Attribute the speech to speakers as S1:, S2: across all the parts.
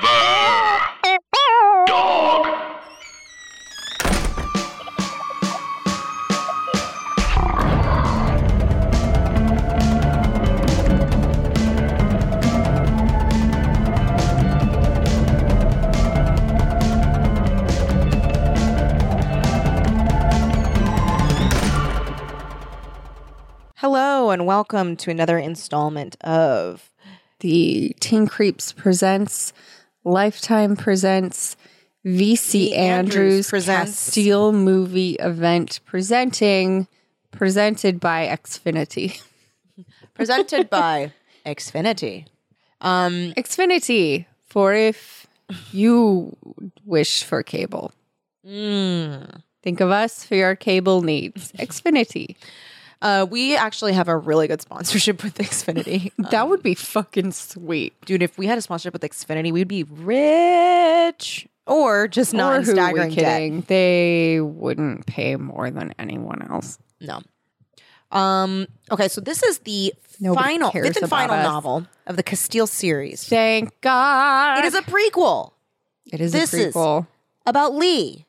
S1: Forever. Dog.
S2: Hello and welcome to another installment of
S3: The Teen Creeps presents Lifetime presents VC
S2: The Andrews
S3: Andrews,
S2: presents-
S3: Castile movie event presenting presented by Xfinity.
S2: presented by Xfinity. Um,
S3: Xfinity for if you wish for cable.
S2: Hmm.
S3: Think of us for your cable needs. Xfinity.
S2: uh, we actually have a really good sponsorship with Xfinity.
S3: that would be fucking sweet.
S2: Dude, if we had a sponsorship with Xfinity, we'd be rich or just not
S3: Or
S2: in
S3: who we
S2: staggering debt.
S3: kidding? They wouldn't pay more than anyone else.
S2: No. Um, okay, so this is the
S3: Nobody
S2: final,
S3: cares
S2: fifth and
S3: about
S2: final
S3: us.
S2: novel of the Castile series.
S3: Thank God.
S2: It is a prequel
S3: It is
S2: This
S3: a
S2: is-
S3: prequel.
S2: about Lee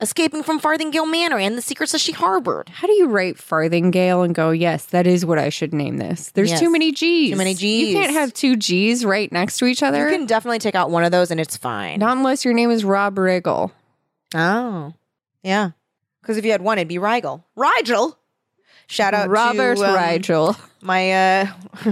S2: escaping from Farthingale Manor and the secrets that she harbored.
S3: How do you write Farthingale and go, yes, that is what I should name this? There's
S2: Yes.
S3: too many G's.
S2: Too many
S3: You can't
S2: Gs.
S3: have two G's right next to each
S2: You
S3: other.
S2: can definitely take out one of those and it's fine.
S3: Not unless your name is Rob Riggle.
S2: Oh, yeah. Because if you had one, it'd be Rigel. Rigel. Shout out
S3: Robert
S2: to um,
S3: Rigel.
S2: My uh,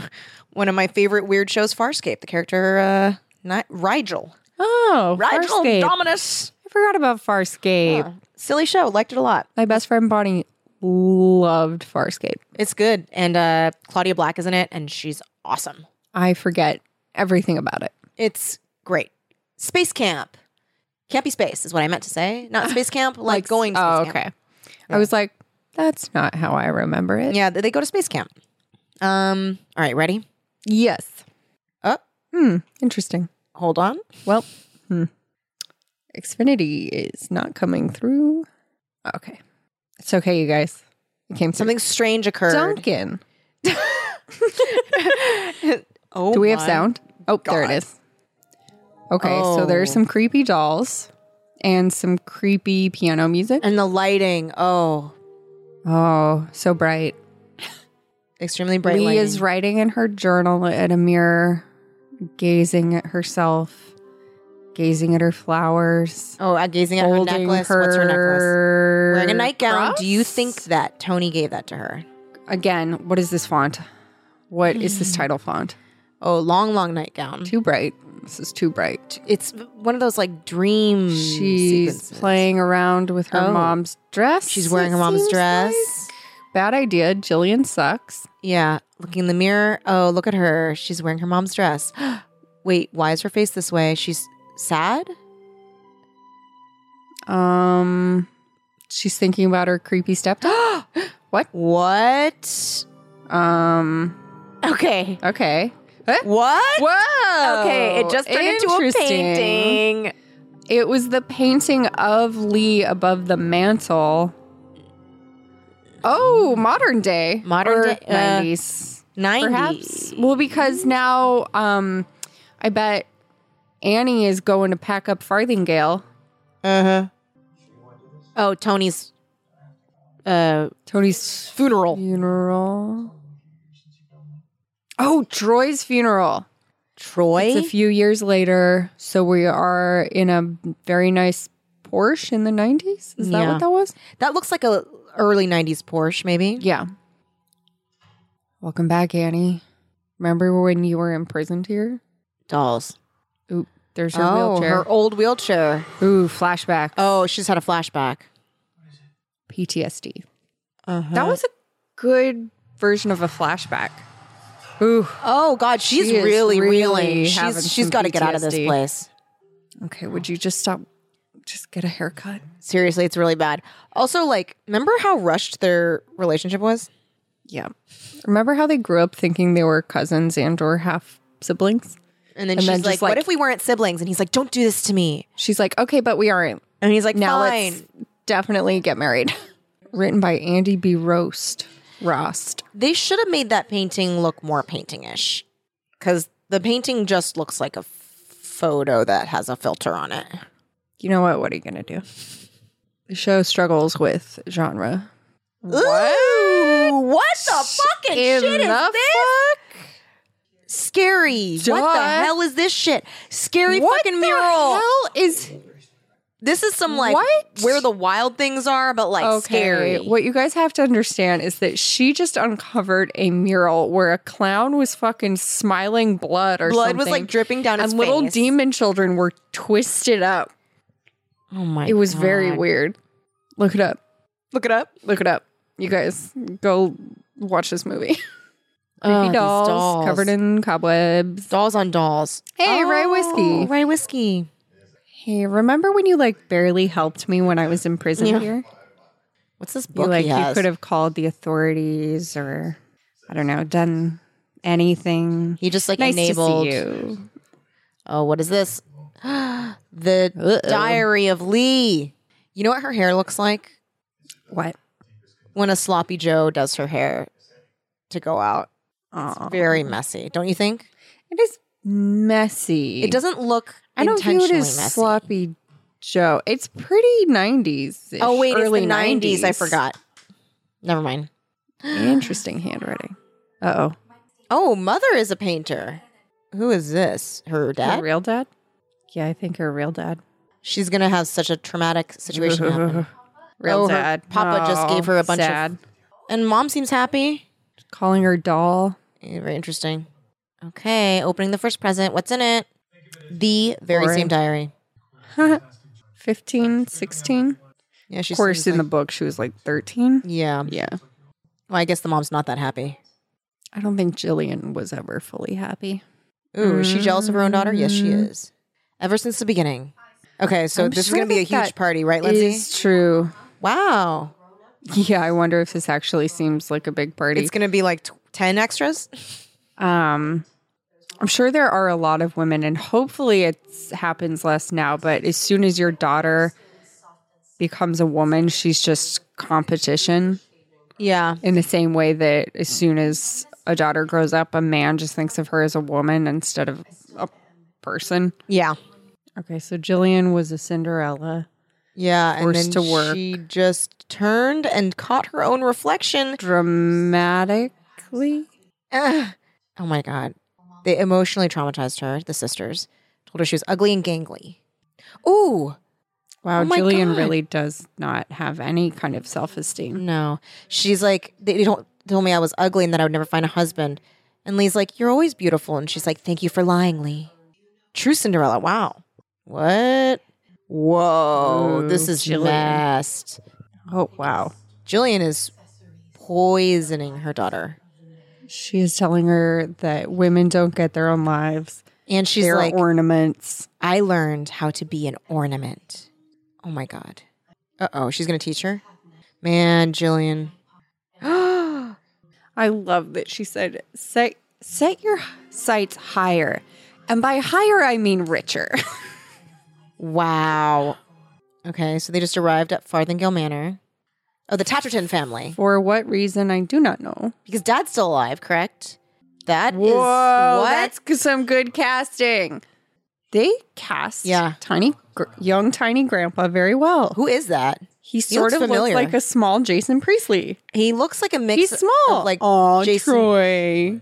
S2: one of my favorite weird shows, Farscape. The character uh, not Rigel.
S3: Oh, Farscape.
S2: Dominus.
S3: I forgot about Farscape.
S2: Silly show. Liked it a lot.
S3: My best friend Bonnie loved Farscape.
S2: It's good. And uh, Claudia Black is in it, and she's awesome.
S3: I forget everything about it.
S2: It's great. Space camp. Campy space is what I meant to say. Not space camp, like, going. Space
S3: Oh,
S2: camp.
S3: okay. I was like, that's not how I remember it.
S2: Yeah, they go to space camp. Um. All right, ready?
S3: Yes.
S2: Oh,
S3: Hmm. Interesting.
S2: hold on.
S3: Well, hmm. Xfinity is not coming through. Okay. It's okay, you guys. It came through.
S2: Something strange occurred.
S3: Duncan.
S2: Oh,
S3: Do we have
S2: my.
S3: sound? Oh, there it
S2: God.
S3: is. Okay, so
S2: Oh.
S3: there's some creepy dolls and some creepy piano music.
S2: And the lighting. Oh,
S3: Oh, so bright.
S2: extremely bright
S3: Lee
S2: lighting.
S3: is writing in her journal at a mirror, gazing at herself, gazing at her flowers,
S2: oh, uh, gazing at her
S3: holding
S2: necklace. What's her necklace?
S3: her
S2: Wearing a nightgown. Do you
S3: cross?
S2: think that Tony gave that to her?
S3: again, what is this font? What is
S2: Hmm.
S3: this title font?
S2: Oh, long, long nightgown.
S3: Too bright. This is too bright.
S2: It's one of those like dream.
S3: She's
S2: Hmm, sequences.
S3: playing around with her
S2: Oh.
S3: mom's dress.
S2: She's wearing her
S3: it
S2: mom's
S3: seems
S2: dress.
S3: like. Bad idea. Jillian sucks.
S2: Yeah, looking in the mirror. Oh, look at her. She's wearing her mom's dress. Wait, why is her face this way? She's sad.
S3: Um, she's thinking about her creepy stepdad. what?
S2: What?
S3: Um,
S2: Okay.
S3: okay. What?
S2: What?
S3: Whoa.
S2: Okay, it just turned into a
S3: Interesting.
S2: painting.
S3: It was the painting of Lee above the mantle. Oh, modern day.
S2: Modern
S3: Or
S2: day, uh, Mm-hmm.
S3: 90s.
S2: 90s.
S3: Perhaps. Well, because now um, I bet Annie is going to pack up Farthingale.
S2: Uh-huh. Oh, Tony's uh
S3: Tony's
S2: funeral.
S3: funeral. Oh, Troy's funeral.
S2: Troy?
S3: It's a few years later. So we are in a very nice Porsche in the 90s. Is that
S2: Yeah.
S3: what that was?
S2: that looks like a early 90s Porsche maybe.
S3: Yeah. Welcome back, Annie. Remember when you were imprisoned here?
S2: Dolls.
S3: Oop, there's her
S2: Oh,
S3: wheelchair.
S2: her old wheelchair.
S3: Ooh, flashback.
S2: Oh, she's had a flashback.
S3: PTSD.
S2: Uh-huh.
S3: That was a good version of a flashback. Ooh.
S2: Oh god, she's
S3: She is
S2: really
S3: really
S2: reeling.
S3: having
S2: She's she's
S3: some
S2: got to get out of this
S3: PTSD.
S2: place.
S3: Okay, would you just stop? Just get a haircut.
S2: Seriously, it's really bad. Also like, remember how rushed their relationship was?
S3: Yeah. Remember how they grew up thinking they were cousins and or half siblings?
S2: And then
S3: And
S2: she's
S3: then
S2: like,
S3: just,
S2: "What
S3: like-
S2: if we weren't siblings?" And he's like, "Don't do this to me."
S3: She's like, okay, but we aren't.
S2: And he's like,
S3: Now
S2: "Fine."
S3: let's definitely get married. Written by Andy B. Roast. Rost.
S2: They should have made that painting look more painting-ish, because the painting just looks like a f- photo that has a filter on it.
S3: You know what? What are you going to do? The show struggles with genre.
S2: Ooh, what the fucking
S3: In
S2: shit is
S3: the
S2: this?
S3: fuck?
S2: Scary. What the
S3: Duh.
S2: hell is this shit? Scary fucking mural.
S3: hell is
S2: This is some like
S3: What?
S2: where the wild things are, but like scary.
S3: What you guys have to understand is that she just uncovered a mural where a clown was fucking smiling blood or
S2: Blood
S3: something.
S2: was like dripping down his
S3: and little
S2: face.
S3: demon children were twisted up.
S2: Oh my!
S3: It was very
S2: God.
S3: weird. Look it up.
S2: Look it up.
S3: Look it up. You guys go watch this movie. Creepy
S2: Ugh, Oh, these
S3: Uh, dolls, covered in cobwebs.
S2: dolls on dolls.
S3: Hey, Rye
S2: Oh,
S3: Whiskey.
S2: Rye whiskey.
S3: Hey, remember when you like barely helped me when I was in prison
S2: Yeah.
S3: here?
S2: What's this
S3: You
S2: book?
S3: like
S2: he
S3: you
S2: has?
S3: could have called the authorities or I don't know, done anything.
S2: He just like
S3: nice
S2: enabled.
S3: to see you.
S2: Oh, what is this? the Diary of Lee. You know what her hair looks like
S3: What?
S2: when a sloppy Joe does her hair to go out.
S3: Aw.
S2: Very messy, don't you think?
S3: It is messy.
S2: It doesn't look.
S3: I don't view
S2: intentionally
S3: it as
S2: messy.
S3: sloppy Joe. It's pretty nineties.
S2: Oh wait, early it's the 90s. I forgot. Never mind.
S3: Interesting handwriting. Uh oh.
S2: Oh, mother is a painter. Who is this? Her dad?
S3: Her real dad? Yeah, I think her real dad.
S2: She's gonna have such a traumatic situation happen.
S3: Real
S2: Oh, her
S3: dad.
S2: papa just gave her a bunch of-
S3: sad.
S2: And mom seems happy.
S3: calling her doll.
S2: Eh, Very interesting. Okay, opening the first present. What's in it? The very
S3: Boring.
S2: same diary.
S3: 15, 16.
S2: Yeah, she's
S3: Of course, in the book, she was like 13.
S2: yeah.
S3: Yeah.
S2: Well, I guess the mom's not that happy.
S3: I don't think Jillian was ever fully happy.
S2: Ooh, is she jealous of her own daughter? Yes, she
S3: Mm.
S2: is. Ever since the beginning. Okay, so
S3: I'm
S2: this
S3: sure
S2: is gonna be a
S3: that
S2: huge
S3: that
S2: party, right,
S3: It
S2: Lindsay?
S3: is true.
S2: Wow,
S3: Yeah, I wonder if this actually seems like a big party.
S2: it's gonna be like t- ten extras.
S3: Um, I'm sure there are a lot of women, and hopefully it happens less now. But as soon as your daughter becomes a woman, she's just competition
S2: Yeah,
S3: in the same way that as soon as a daughter grows up, a man just thinks of her as a woman instead of a person.
S2: yeah,
S3: Okay, so Jillian was a Cinderella.
S2: yeah. And then
S3: Forced to work.
S2: she just turned and caught her own reflection.
S3: Dramatically?
S2: Ugh. Oh my god, they emotionally traumatized her. The sisters told her she was ugly and gangly. Ooh,
S3: Wow,
S2: Oh my
S3: Jillian
S2: God.
S3: really does not have any kind of self esteem.
S2: No, she's like they they don't told me I was ugly and that I would never find a husband. And Lee's like, "You're always beautiful," and she's like, "Thank you for lying, Lee." True Cinderella. Wow. What? Whoa,
S3: Ooh,
S2: this is
S3: Jillian.
S2: last.
S3: Oh, wow.
S2: Jillian is poisoning her daughter,
S3: She is telling her that women don't get their own lives,
S2: and she's
S3: their
S2: like,
S3: ornaments.
S2: "I learned how to be an ornament." Oh my god. Uh oh, she's gonna teach her. Man, Jillian.
S3: I love that she said, set, set your sights higher. And by higher, I mean richer.
S2: Wow. Okay, so they just arrived at Farthingale Manor. Oh, the Tatterton family.
S3: For what reason, I do not know.
S2: Because dad's still alive, correct? That is what?
S3: that's g- some good casting. They cast
S2: Yeah.
S3: tiny, gr- young, tiny grandpa very well.
S2: Who is that?
S3: He sort
S2: looks
S3: of
S2: familiar.
S3: looks like a small Jason Priestley.
S2: He looks like a mix
S3: He's small.
S2: of like
S3: Aw,
S2: Jason.
S3: Troy.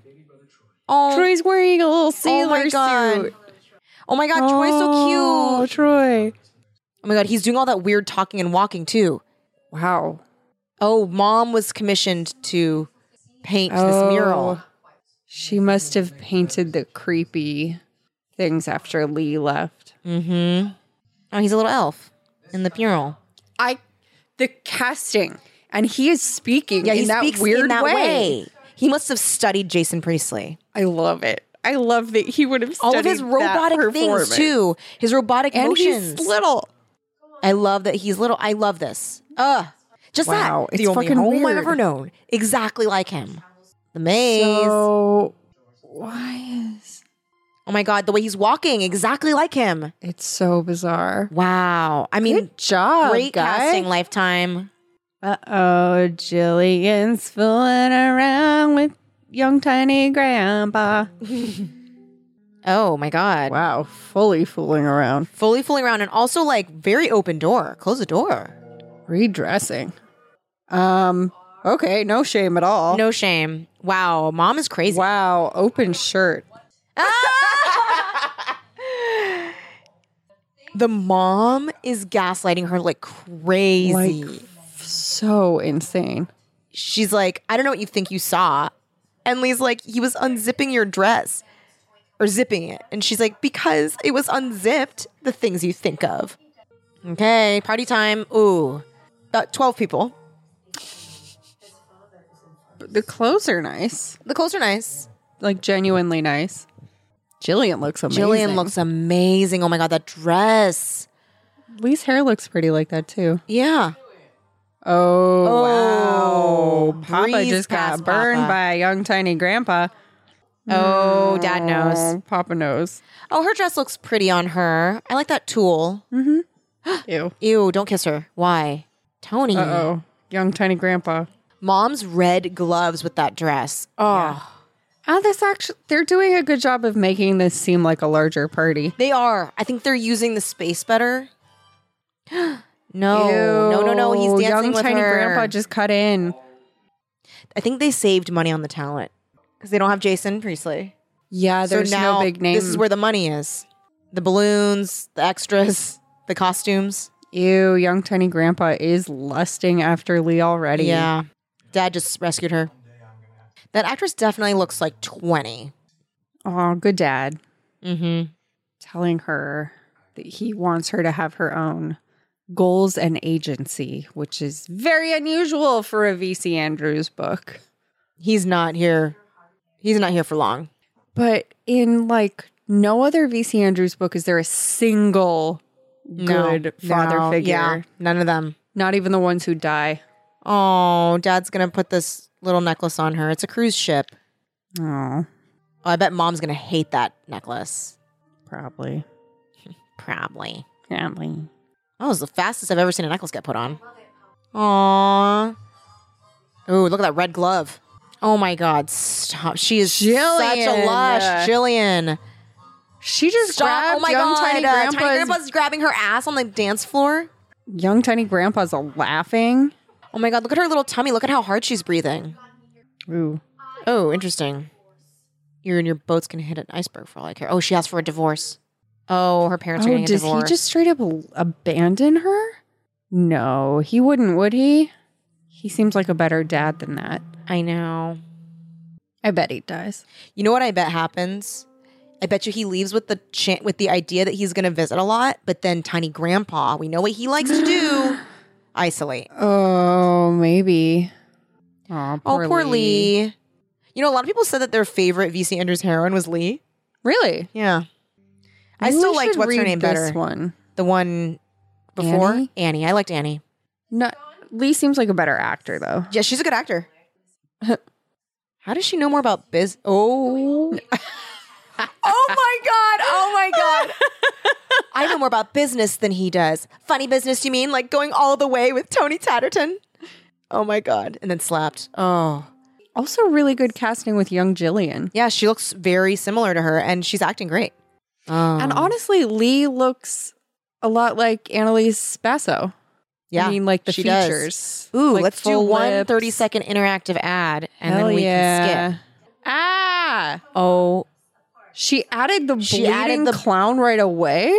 S2: Oh,
S3: Troy's wearing a little
S2: oh
S3: sailor
S2: my god.
S3: suit.
S2: Oh my god, Troy's so
S3: Oh,
S2: cute.
S3: Troy.
S2: Oh my god, he's doing all that weird talking and walking too.
S3: Wow.
S2: Oh, mom was commissioned to paint this mural.
S3: Oh. She must have painted the creepy things after Lee left.
S2: Mm-hmm. Oh, he's a little elf in the mural.
S3: I the casting. And he is speaking
S2: Yeah,
S3: in
S2: he
S3: that
S2: speaks
S3: weird
S2: in that way.
S3: way.
S2: He must have studied Jason Priestley.
S3: I love it. I love that he would have
S2: All of his
S3: studied that
S2: robotic things
S3: performance.
S2: too. His robotic
S3: And
S2: motions.
S3: he's little.
S2: I love that he's little. I love this. Ugh. Just
S3: Wow,
S2: that.
S3: it's
S2: the only
S3: fucking
S2: home I've
S3: weird.
S2: ever known. Exactly like him. The maze.
S3: So why is
S2: oh my god, the way he's walking, exactly like him.
S3: it's so bizarre?
S2: Wow. I mean,
S3: Good job,
S2: great
S3: guy.
S2: casting lifetime.
S3: Uh oh, Jillian's fooling around with young tiny grandpa.
S2: Oh my god.
S3: Wow, fully fooling around,
S2: Fully fooling around and also like very open door. Close the door.
S3: redressing. Um, okay, no shame at all.
S2: No shame. Wow, mom is crazy.
S3: Wow, open shirt.
S2: The mom is gaslighting her like crazy.
S3: Like, so insane.
S2: She's like, I don't know what you think you saw. And Lee's like, he was unzipping your dress or zipping it. And she's like, because it was unzipped, the things you think of. Okay, party time. Ooh, about 12 people.
S3: The clothes are nice,
S2: The clothes are nice.
S3: like genuinely nice. Jillian looks amazing.
S2: Jillian looks amazing. Oh my God, that dress.
S3: Lee's hair looks pretty like that too.
S2: Yeah.
S3: Oh,
S2: Oh,
S3: wow. Papa
S2: breeze
S3: just
S2: past
S3: got burned
S2: Papa.
S3: by young tiny grandpa.
S2: Oh, dad knows.
S3: Oh, Papa knows.
S2: Oh, her dress looks pretty on her. I like that tulle.
S3: Ew.
S2: Ew, don't kiss her. Why? Tony.
S3: Uh oh. Young tiny grandpa.
S2: Mom's red gloves with that dress. Oh,
S3: Oh, this actually, they're doing a good job of making this seem like a larger party.
S2: they are. I think they're using the space better. no, no, no, no. He's
S3: Ew,
S2: dancing
S3: Young
S2: with
S3: tiny
S2: her.
S3: grandpa just cut in.
S2: I think they saved money on the talent because they don't have Jason Priestley.
S3: Yeah, there's
S2: so now
S3: no big name.
S2: This is where the money is: the balloons, the extras, the costumes.
S3: ew, young tiny grandpa is lusting after Lee already.
S2: Yeah, Dad just rescued her. That actress definitely looks like twenty.
S3: Oh, good dad
S2: Mm-hmm.
S3: telling her that he wants her to have her own goals and agency, which is very unusual for a VC Andrews book.
S2: He's not here. He's not here for long.
S3: But in like no other VC Andrews book is there a single
S2: No,
S3: good father
S2: no,
S3: figure.
S2: Yeah, none of them.
S3: Not even the ones who die.
S2: Oh, dad's gonna put this little necklace on her. It's a cruise ship.
S3: Oh,
S2: Oh, I bet mom's gonna hate that necklace.
S3: probably.
S2: Probably.
S3: Probably.
S2: That was the fastest I've ever seen a necklace get put on. Aww. Ooh, look at that red glove. Oh my god, stop. She is such a
S3: Jillian.
S2: lush. Jillian.
S3: She just
S2: Stop.
S3: grabbed
S2: Oh my
S3: young
S2: god.
S3: tiny
S2: uh,
S3: grandpa's.
S2: tiny grandpa's grabbing her ass on the dance floor.
S3: young tiny grandpa's laughing.
S2: Oh my god, look at her little tummy. Look at how hard she's breathing.
S3: Ooh.
S2: Oh, interesting. You and your boats can hit an iceberg for all I care. Oh, she asked for a divorce. Oh, her parents are
S3: Oh,
S2: getting a
S3: does he
S2: divorce.
S3: just straight up l- abandon her? No, he wouldn't, would he? He seems like a better dad than that.
S2: I know.
S3: I bet he does.
S2: You know what I bet happens? I bet you he leaves with the chan with the idea that he's going to visit a lot, but then tiny grandpa, we know what he likes to do, isolate.
S3: Oh, maybe. Oh,
S2: oh, poor Lee. You know, a lot of people said that their favorite VC Andrews heroine was Lee.
S3: Really?
S2: Yeah. I
S3: Maybe
S2: still
S3: we
S2: liked
S3: should
S2: what's her
S3: read
S2: name
S3: this
S2: better.
S3: One.
S2: The one before
S3: Annie?
S2: Annie. I liked Annie.
S3: No, Lee seems like a better actor though.
S2: Yeah, she's a good actor. How does she know more about biz? Oh. oh my god. Oh my god. I know more about business than he does. Funny business, you mean? Like going all the way with Tony Tatterton? Oh my god. And then slapped. Oh.
S3: Also, really good casting with young Jillian.
S2: Yeah, she looks very similar to her and she's acting great. Oh.
S3: And honestly, Lee looks a lot like Annalise Spasso.
S2: yeah.
S3: I mean, like the
S2: she does.
S3: features.
S2: Ooh,
S3: Like
S2: let's do
S3: full
S2: one
S3: lips.
S2: 30 second interactive ad and
S3: Hell
S2: then we
S3: yeah.
S2: can skip.
S3: Ah,
S2: Oh,
S3: she added the
S2: She
S3: bleeding
S2: added the-
S3: clown right away.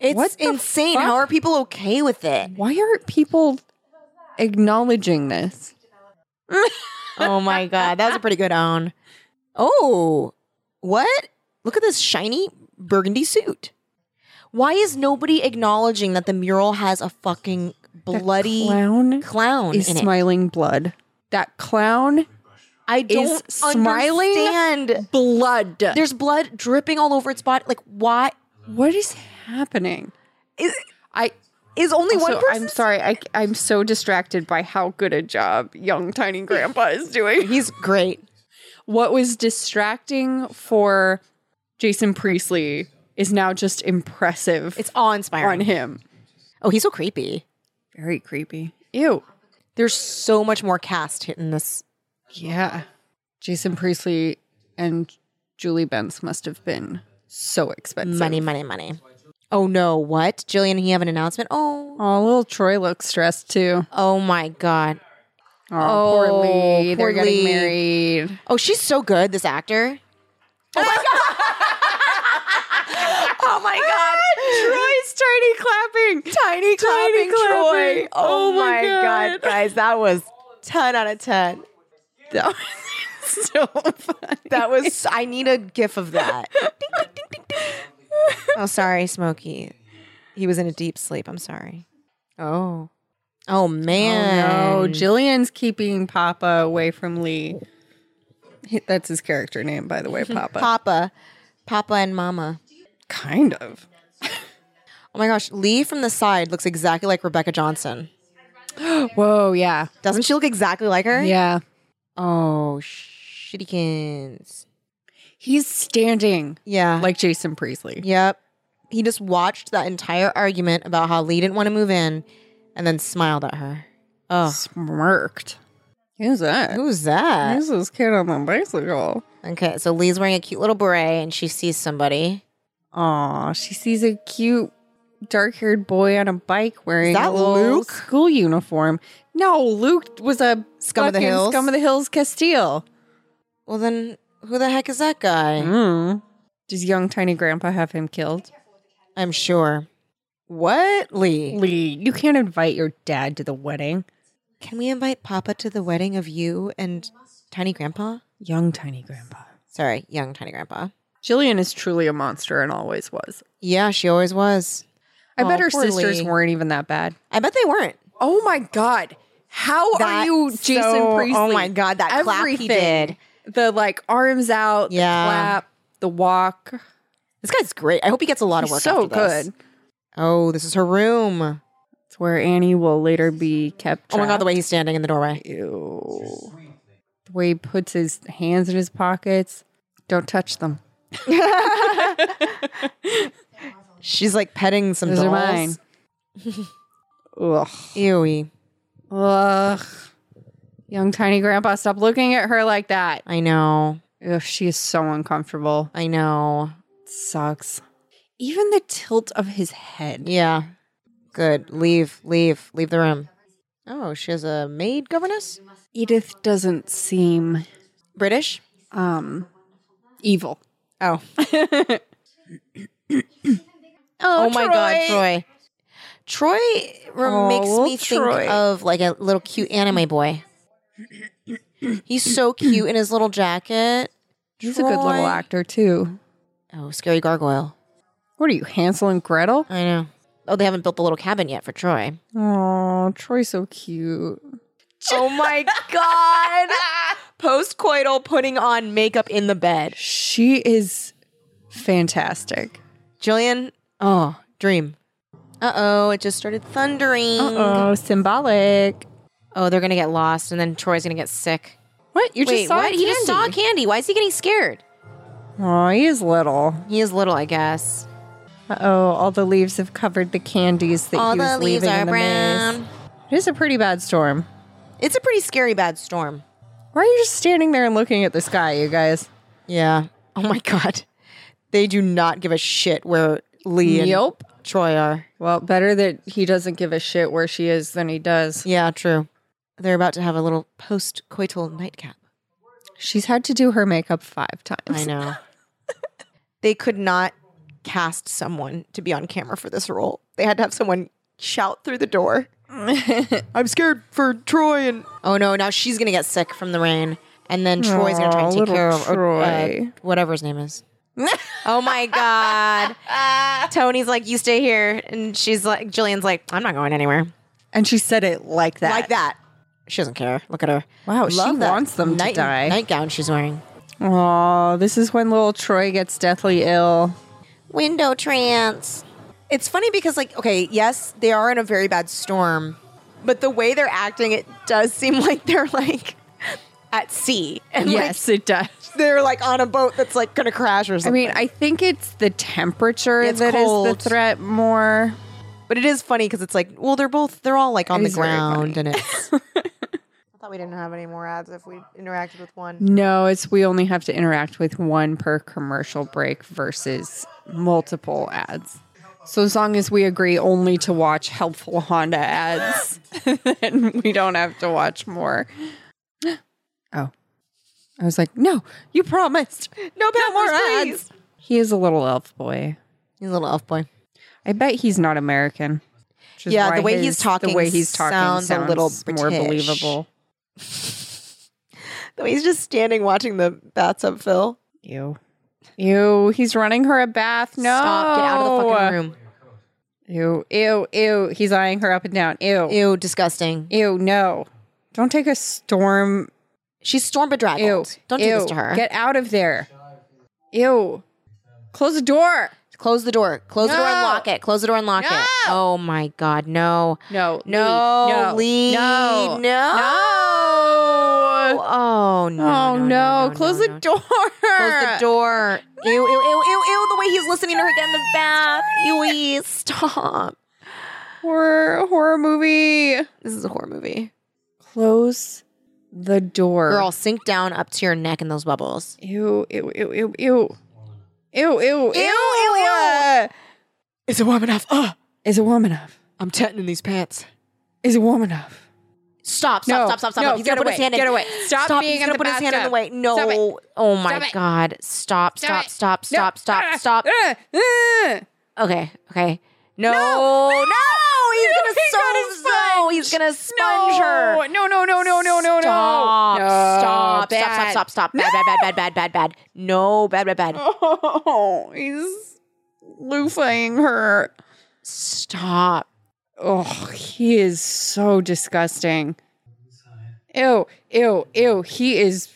S2: it's
S3: What the
S2: insane.
S3: fuck?
S2: How are people okay with it?
S3: Why aren't people acknowledging this?
S2: oh my god, that was a pretty good own. Oh, what? Look at this shiny burgundy suit. Why is nobody acknowledging that the mural has a fucking
S3: That
S2: bloody clown,
S3: clown is
S2: in it?
S3: smiling blood. That clown
S2: I don't
S3: is smiling.
S2: understand.
S3: blood.
S2: There's blood dripping all over its body. Like, why
S3: what is happening?
S2: is
S3: I
S2: is only one
S3: also,
S2: person?
S3: I'm sorry. I I'm so distracted by how good a job young tiny grandpa is doing.
S2: He's great.
S3: What was distracting for Jason Priestley is now just impressive
S2: It's awe
S3: on
S2: inspiring.
S3: him.
S2: Oh, he's so creepy.
S3: Very creepy. Ew.
S2: There's so much more cast in this.
S3: Yeah. Jason Priestley and Julie Benz must have been so expensive.
S2: Money, money, money. Oh no, what? Jillian and he have an announcement? Oh,
S3: Oh, little Troy looks stressed too.
S2: oh my God.
S3: Oh,
S2: Oh,
S3: poor Lee.
S2: poor
S3: They're
S2: Lee.
S3: getting married.
S2: Oh, she's so good, this actor.
S3: Oh my god. Troy's tiny clapping. Tiny,
S2: Clapping Troy. Oh, my God.
S3: god.
S2: guys, that was 10 out of 10.
S3: That was so funny.
S2: That was, I need a gif of that. oh, sorry, Smokey. He was in a deep sleep. I'm sorry. Oh. Oh, man.
S3: Oh, Jillian's keeping Papa away from Lee. He- That's his character name, by the way, Papa.
S2: Papa. Papa and Mama.
S3: kind of.
S2: Oh my gosh, Lee from the side looks exactly like Rebecca Johnson.
S3: Whoa, yeah.
S2: Doesn't she look exactly like her?
S3: Yeah.
S2: Oh, shittykins.
S3: He's standing
S2: Yeah.
S3: like Jason Priestley.
S2: Yep. He just watched that entire argument about how Lee didn't want to move in and then smiled at her. Oh,
S3: Smirked. Who's that?
S2: who's that?
S3: Who's this kid on the bicycle?
S2: Okay, so Lee's wearing a cute little beret and she sees somebody.
S3: Aw, she sees a cute dark haired boy on a bike wearing
S2: that
S3: a little
S2: Luke?
S3: school uniform. No, Luke was a
S2: Scum of the
S3: fucking
S2: Hills?
S3: Scum of the Hills Castile.
S2: Well, then who the heck is that guy?
S3: Mm. Does young tiny grandpa have him killed?
S2: I'm sure. What, Lee?
S3: Lee, you can't invite your dad to the wedding.
S2: Can we invite Papa to the wedding of you and Tiny Grandpa?
S3: Young tiny grandpa.
S2: Sorry, young Tiny Grandpa.
S3: Jillian is truly a monster and always was.
S2: Yeah, she always was.
S3: I bet
S2: Aw,
S3: her
S2: poor
S3: sisters
S2: Lee.
S3: weren't even that bad.
S2: I bet they weren't.
S3: Oh my god. How
S2: That-
S3: are you Jason
S2: so-
S3: Priestley?
S2: Oh my god, that clap he did.
S3: The like arms out,
S2: Yeah.
S3: the clap, the walk.
S2: This guy's great. I hope he gets a lot of
S3: He's
S2: work.
S3: so
S2: after this.
S3: good.
S2: Oh, this is her room.
S3: It's where Annie will later be kept.
S2: Oh my god,
S3: trapped.
S2: the way he's standing in the doorway.
S3: Ew. The way he puts his hands in his pockets. Don't touch them.
S2: She's like petting some
S3: Those
S2: dolls.
S3: are mine. Ugh.
S2: Ewy.
S3: Ugh. Young tiny grandpa, stop looking at her like that.
S2: I know.
S3: Ugh, she is so uncomfortable.
S2: I know.
S3: Sucks. Even the tilt of his head.
S2: Yeah. Good. Leave. Leave. Leave the room. Oh, she has a maid governess?
S3: Edith doesn't seem
S2: British?
S3: um evil.
S2: Oh.
S3: oh,
S2: Oh, my god, Troy. Troy re-
S3: Oh,
S2: makes me
S3: little
S2: think
S3: Troy.
S2: of like a little cute anime boy. He's so cute in his little jacket.
S3: He's a good little
S2: Troy.
S3: actor too.
S2: Oh, scary gargoyle.
S3: What are you, Hansel and Gretel?
S2: I know. Oh, they haven't built the little cabin yet for Troy.
S3: Oh, Troy's so cute.
S2: oh my god. Postcoital putting on makeup in the bed.
S3: She is fantastic.
S2: Jillian, oh, dream. Uh oh, it just started thundering.
S3: Oh, symbolic.
S2: Oh, they're gonna get lost, and then Troy's gonna get sick.
S3: What? You
S2: Wait,
S3: just saw
S2: what? He just saw candy. Why is he getting scared?
S3: Oh, he is little.
S2: He is little, I guess.
S3: Uh oh, all the leaves have covered the candies that
S2: All
S3: he was
S2: the leaves
S3: leaving
S2: are
S3: in the
S2: brown.
S3: maze. It is a pretty bad storm.
S2: It's a pretty scary bad storm.
S3: Why are you just standing there and looking at the sky, you guys?
S2: Yeah. Oh my god. They do not give a shit where Lee and
S3: Yup.
S2: Troy are.
S3: Well, better that he doesn't give a shit where she is than he does.
S2: Yeah, true. They're about to have a little post coital nightcap.
S3: She's had to do her makeup five times.
S2: I know. they could not cast someone to be on camera for this role. They had to have someone shout through the door. I'm scared for Troy and Oh no, now she's going to get sick from the rain and then Troy's going to try and
S3: Aw,
S2: take
S3: little
S2: care of or,
S3: Troy.
S2: whatever his name is. oh my god. Tony's like you stay here and she's like Jillian's like I'm not going anywhere.
S3: And she said it like that.
S2: Like that. She doesn't care. Look at her.
S3: Wow, she
S2: that
S3: wants them to
S2: night-
S3: die.
S2: Nightgown she's wearing.
S3: Aw, this is when little Troy gets deathly ill.
S2: window trance. It's funny because, like, okay, yes, they are in a very bad storm, but the way they're acting, it does seem like they're like at sea and
S3: yes, it does.
S2: like they're like on a boat that's like gonna crash or
S3: I
S2: something.
S3: mean, I think it's the temperature that
S2: It's
S3: is
S2: cold.
S3: the threat more.
S2: but it is funny because it's like, well, they're both, they're all like on
S3: It
S2: the
S3: is very
S2: ground
S3: funny.
S2: and it's. I
S4: thought
S2: thought
S4: we didn't have any more ads if we interacted with one.
S3: No, it's we only have to interact with one per commercial break versus multiple ads. So as long as we agree only to watch helpful Honda ads, then we don't have to watch more. Oh. I was like, "No, you promised. No, more ads." He is a little elf boy.
S2: He's a little elf boy.
S3: I bet he's not American. which is
S2: Yeah, the
S3: why
S2: way he's
S3: the
S2: talking
S3: way he's talking
S2: sounds a little
S3: sounds more
S2: British.
S3: believable.
S4: No, he's just standing watching the bathtub fill.
S3: Ew. Ew, he's running her a bath. No.
S2: Stop. Get out of the fucking room.
S3: Ew, ew, ew. He's eyeing her up and down. Ew. Ew,
S2: Ew, disgusting.
S3: no. Don't take a storm.
S2: She's storm bedraggled.
S3: Ew.
S2: Don't do this
S3: Ew.
S2: to her.
S3: Get out of there. Ew. Close the door.
S2: Close the door. Close the door and
S3: No.
S2: lock it. Close the door and lock
S3: No.
S2: it. Oh my god, no.
S3: No.
S2: No, Lee,
S3: Lee. No.
S2: no.
S3: No.
S2: Oh no.
S3: Oh, no. Close the
S2: no.
S3: door.
S2: Close the door. Ew, ew, ew, ew, ew. The way he's listening to her get in the bath. Ew, stop.
S3: Horror, horror movie.
S4: This is a horror movie.
S3: Close the door.
S2: Girl, sink down up to your neck in those bubbles.
S3: Ew, ew, ew, ew, ew. Ew, ew, ew,
S2: ew, ew.
S4: Is it warm enough?
S3: Uh.
S4: Ugh,
S3: Is it warm enough?
S4: I'm tetting in these pants.
S3: Is it warm enough?
S2: Stop, stop,
S3: No.
S2: stop, stop, stop.
S3: No,
S2: he's
S3: get
S2: gonna put his
S3: away.
S2: hand in.
S3: Get away. Stop
S2: stop.
S3: being
S2: he's
S3: in
S2: gonna
S3: the
S2: put his hand in the
S3: bathtub.
S2: way. No.
S3: Stop
S2: Oh my
S3: Stop it.
S2: god. Stop,
S3: Stop
S2: stop,
S3: it.
S2: stop, stop, stop,
S3: Ah,
S2: stop.
S3: ah, ah.
S2: Okay, okay. No, no, he's
S3: No,
S2: gonna
S3: he
S2: so,
S3: got his
S2: no, he's gonna sponge her.
S3: No, no, no, no, no, no, no.
S2: Stop,
S3: No,
S2: stop, stop,
S3: bad.
S2: stop, stop, stop. Bad, bad, bad, bad, bad, bad, bad. No, bad, bad, bad.
S3: Oh, he's loofahing her.
S2: Stop.
S3: Oh, he is so disgusting. Ew, ew, ew. He is.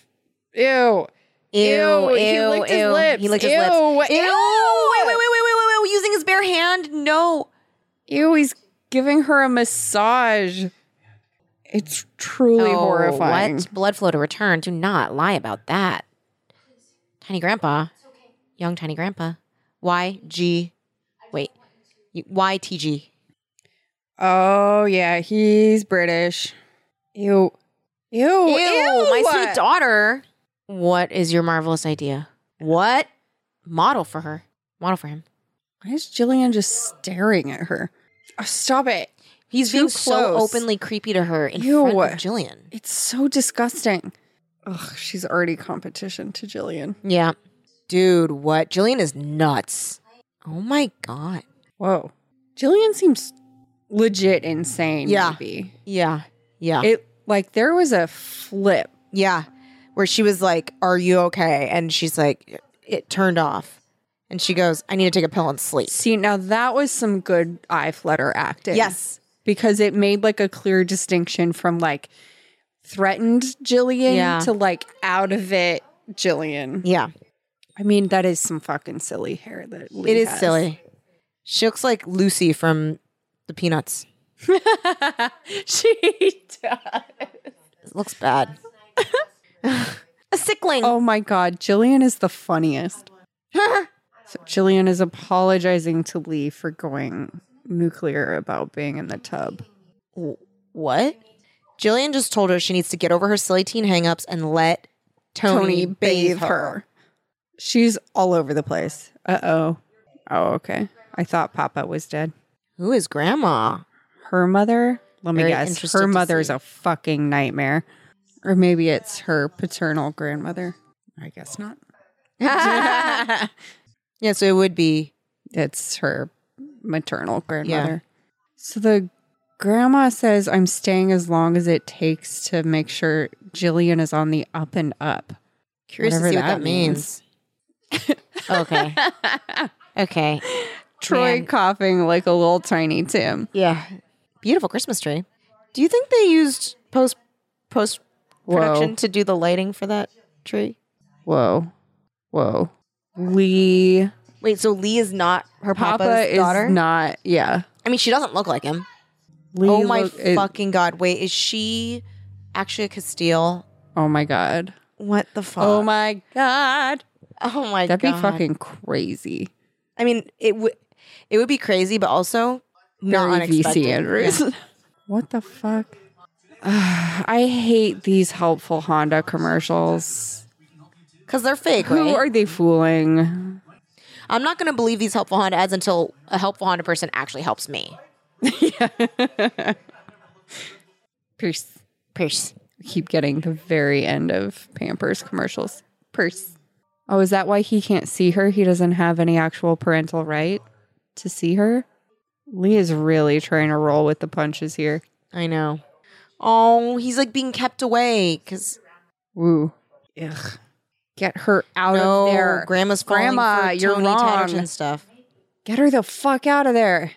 S3: Ew.
S2: Ew,
S3: Ew,
S2: ew,
S3: he
S2: ew.
S3: licked his lips.
S2: He licked his
S3: Ew,
S2: lips. Ew,
S3: ew.
S2: ew. Wait, wait, wait, wait, wait, wait, wait. Using his bare hand? No.
S3: Ew, he's giving her a massage. It's truly
S2: No, Oh,
S3: horrifying.
S2: What? Blood flow to return. Do not lie about that. Tiny grandpa. Young tiny grandpa. YG. Wait. You- YTG.
S3: Oh yeah, he's British. Ew. Ew. Ew.
S2: Oh, my sweet daughter. What is your marvelous idea? What model for her? Model for him.
S3: Why is Jillian just staring at her? Oh, stop it.
S2: He's
S3: Too
S2: being so
S3: close.
S2: openly creepy to her in
S3: Ew.
S2: front of Jillian.
S3: It's so disgusting. Ugh, she's already competition to Jillian.
S2: Yeah, dude, what? Jillian is nuts. Oh my god.
S3: Whoa. Jillian seems legit insane,
S2: Yeah.
S3: maybe.
S2: Yeah, yeah,
S3: It like there was a flip.
S2: yeah. Where she was like, "Are you okay?" And she's like, "It turned off." And she goes, "I need to take a pill and sleep."
S3: See, now that was some good eye flutter acting.
S2: Yes.
S3: because it made like a clear distinction from like threatened Jillian
S2: Yeah.
S3: to like out of it Jillian.
S2: Yeah,
S3: I mean, that is some fucking silly hair that Lee
S2: it is
S3: has.
S2: silly. She looks like Lucy from the Peanuts.
S3: she does.
S2: It looks bad. a sickling.
S3: Oh my god, Jillian is the funniest. So Jillian is apologizing to Lee for going nuclear about being in the tub.
S2: What? Jillian just told her she needs to get over her silly teen hangups and let Tony, bathe her.
S3: She's all over the place. Uh oh. Oh, okay. I thought Papa was dead.
S2: Who is grandma?
S3: her mother. Let me
S2: Very
S3: guess.
S2: interested
S3: Her
S2: to
S3: mother is
S2: see.
S3: a fucking nightmare. Or maybe it's her paternal grandmother. I guess not.
S2: Yeah, so it would be
S3: It's her maternal grandmother. So the grandma says, I'm staying as long as it takes to make sure Jillian is on the up and up.
S2: curious to
S3: Whatever
S2: see what
S3: that
S2: that, means. okay. Okay.
S3: Troy
S2: Man.
S3: coughing like a little tiny Tim.
S2: Yeah. Beautiful Christmas tree. Do you think they used post post production
S3: Whoa.
S2: to do the lighting for that tree?
S3: Whoa. Whoa. Lee.
S2: Wait, so Lee is not her
S3: Papa
S2: papa's
S3: is
S2: daughter?
S3: not. Yeah.
S2: I mean, she doesn't look like him.
S3: Lee
S2: oh my
S3: look- it-
S2: fucking god! Wait, is she actually a Castile?
S3: oh my God.
S2: What the fuck?
S3: Oh my God.
S2: Oh my
S3: That'd
S2: god!
S3: be fucking crazy.
S2: I mean, it would it would be crazy, but also not
S3: Very
S2: unexpected.
S3: VC Andrews.
S2: Yeah.
S3: What the fuck? I hate these helpful Honda commercials.
S2: Because they're fake,
S3: Who
S2: right?
S3: are they fooling?
S2: I'm not going to believe these helpful Honda ads until a helpful Honda person actually helps me.
S3: Purse.
S2: Pierce.
S3: Keep getting the very end of Pampers commercials. Purse. Oh, is that why he can't see her? He doesn't have any actual parental right to see her? Lee is really trying to roll with the punches here.
S2: I know. Oh, he's like being kept away because
S3: Woo. Ugh. Get her out
S2: no,
S3: of there.
S2: grandma's falling
S3: Grandma,
S2: for
S3: you're
S2: Tony
S3: wrong.
S2: Tatterton stuff.
S3: Get her the fuck out of there.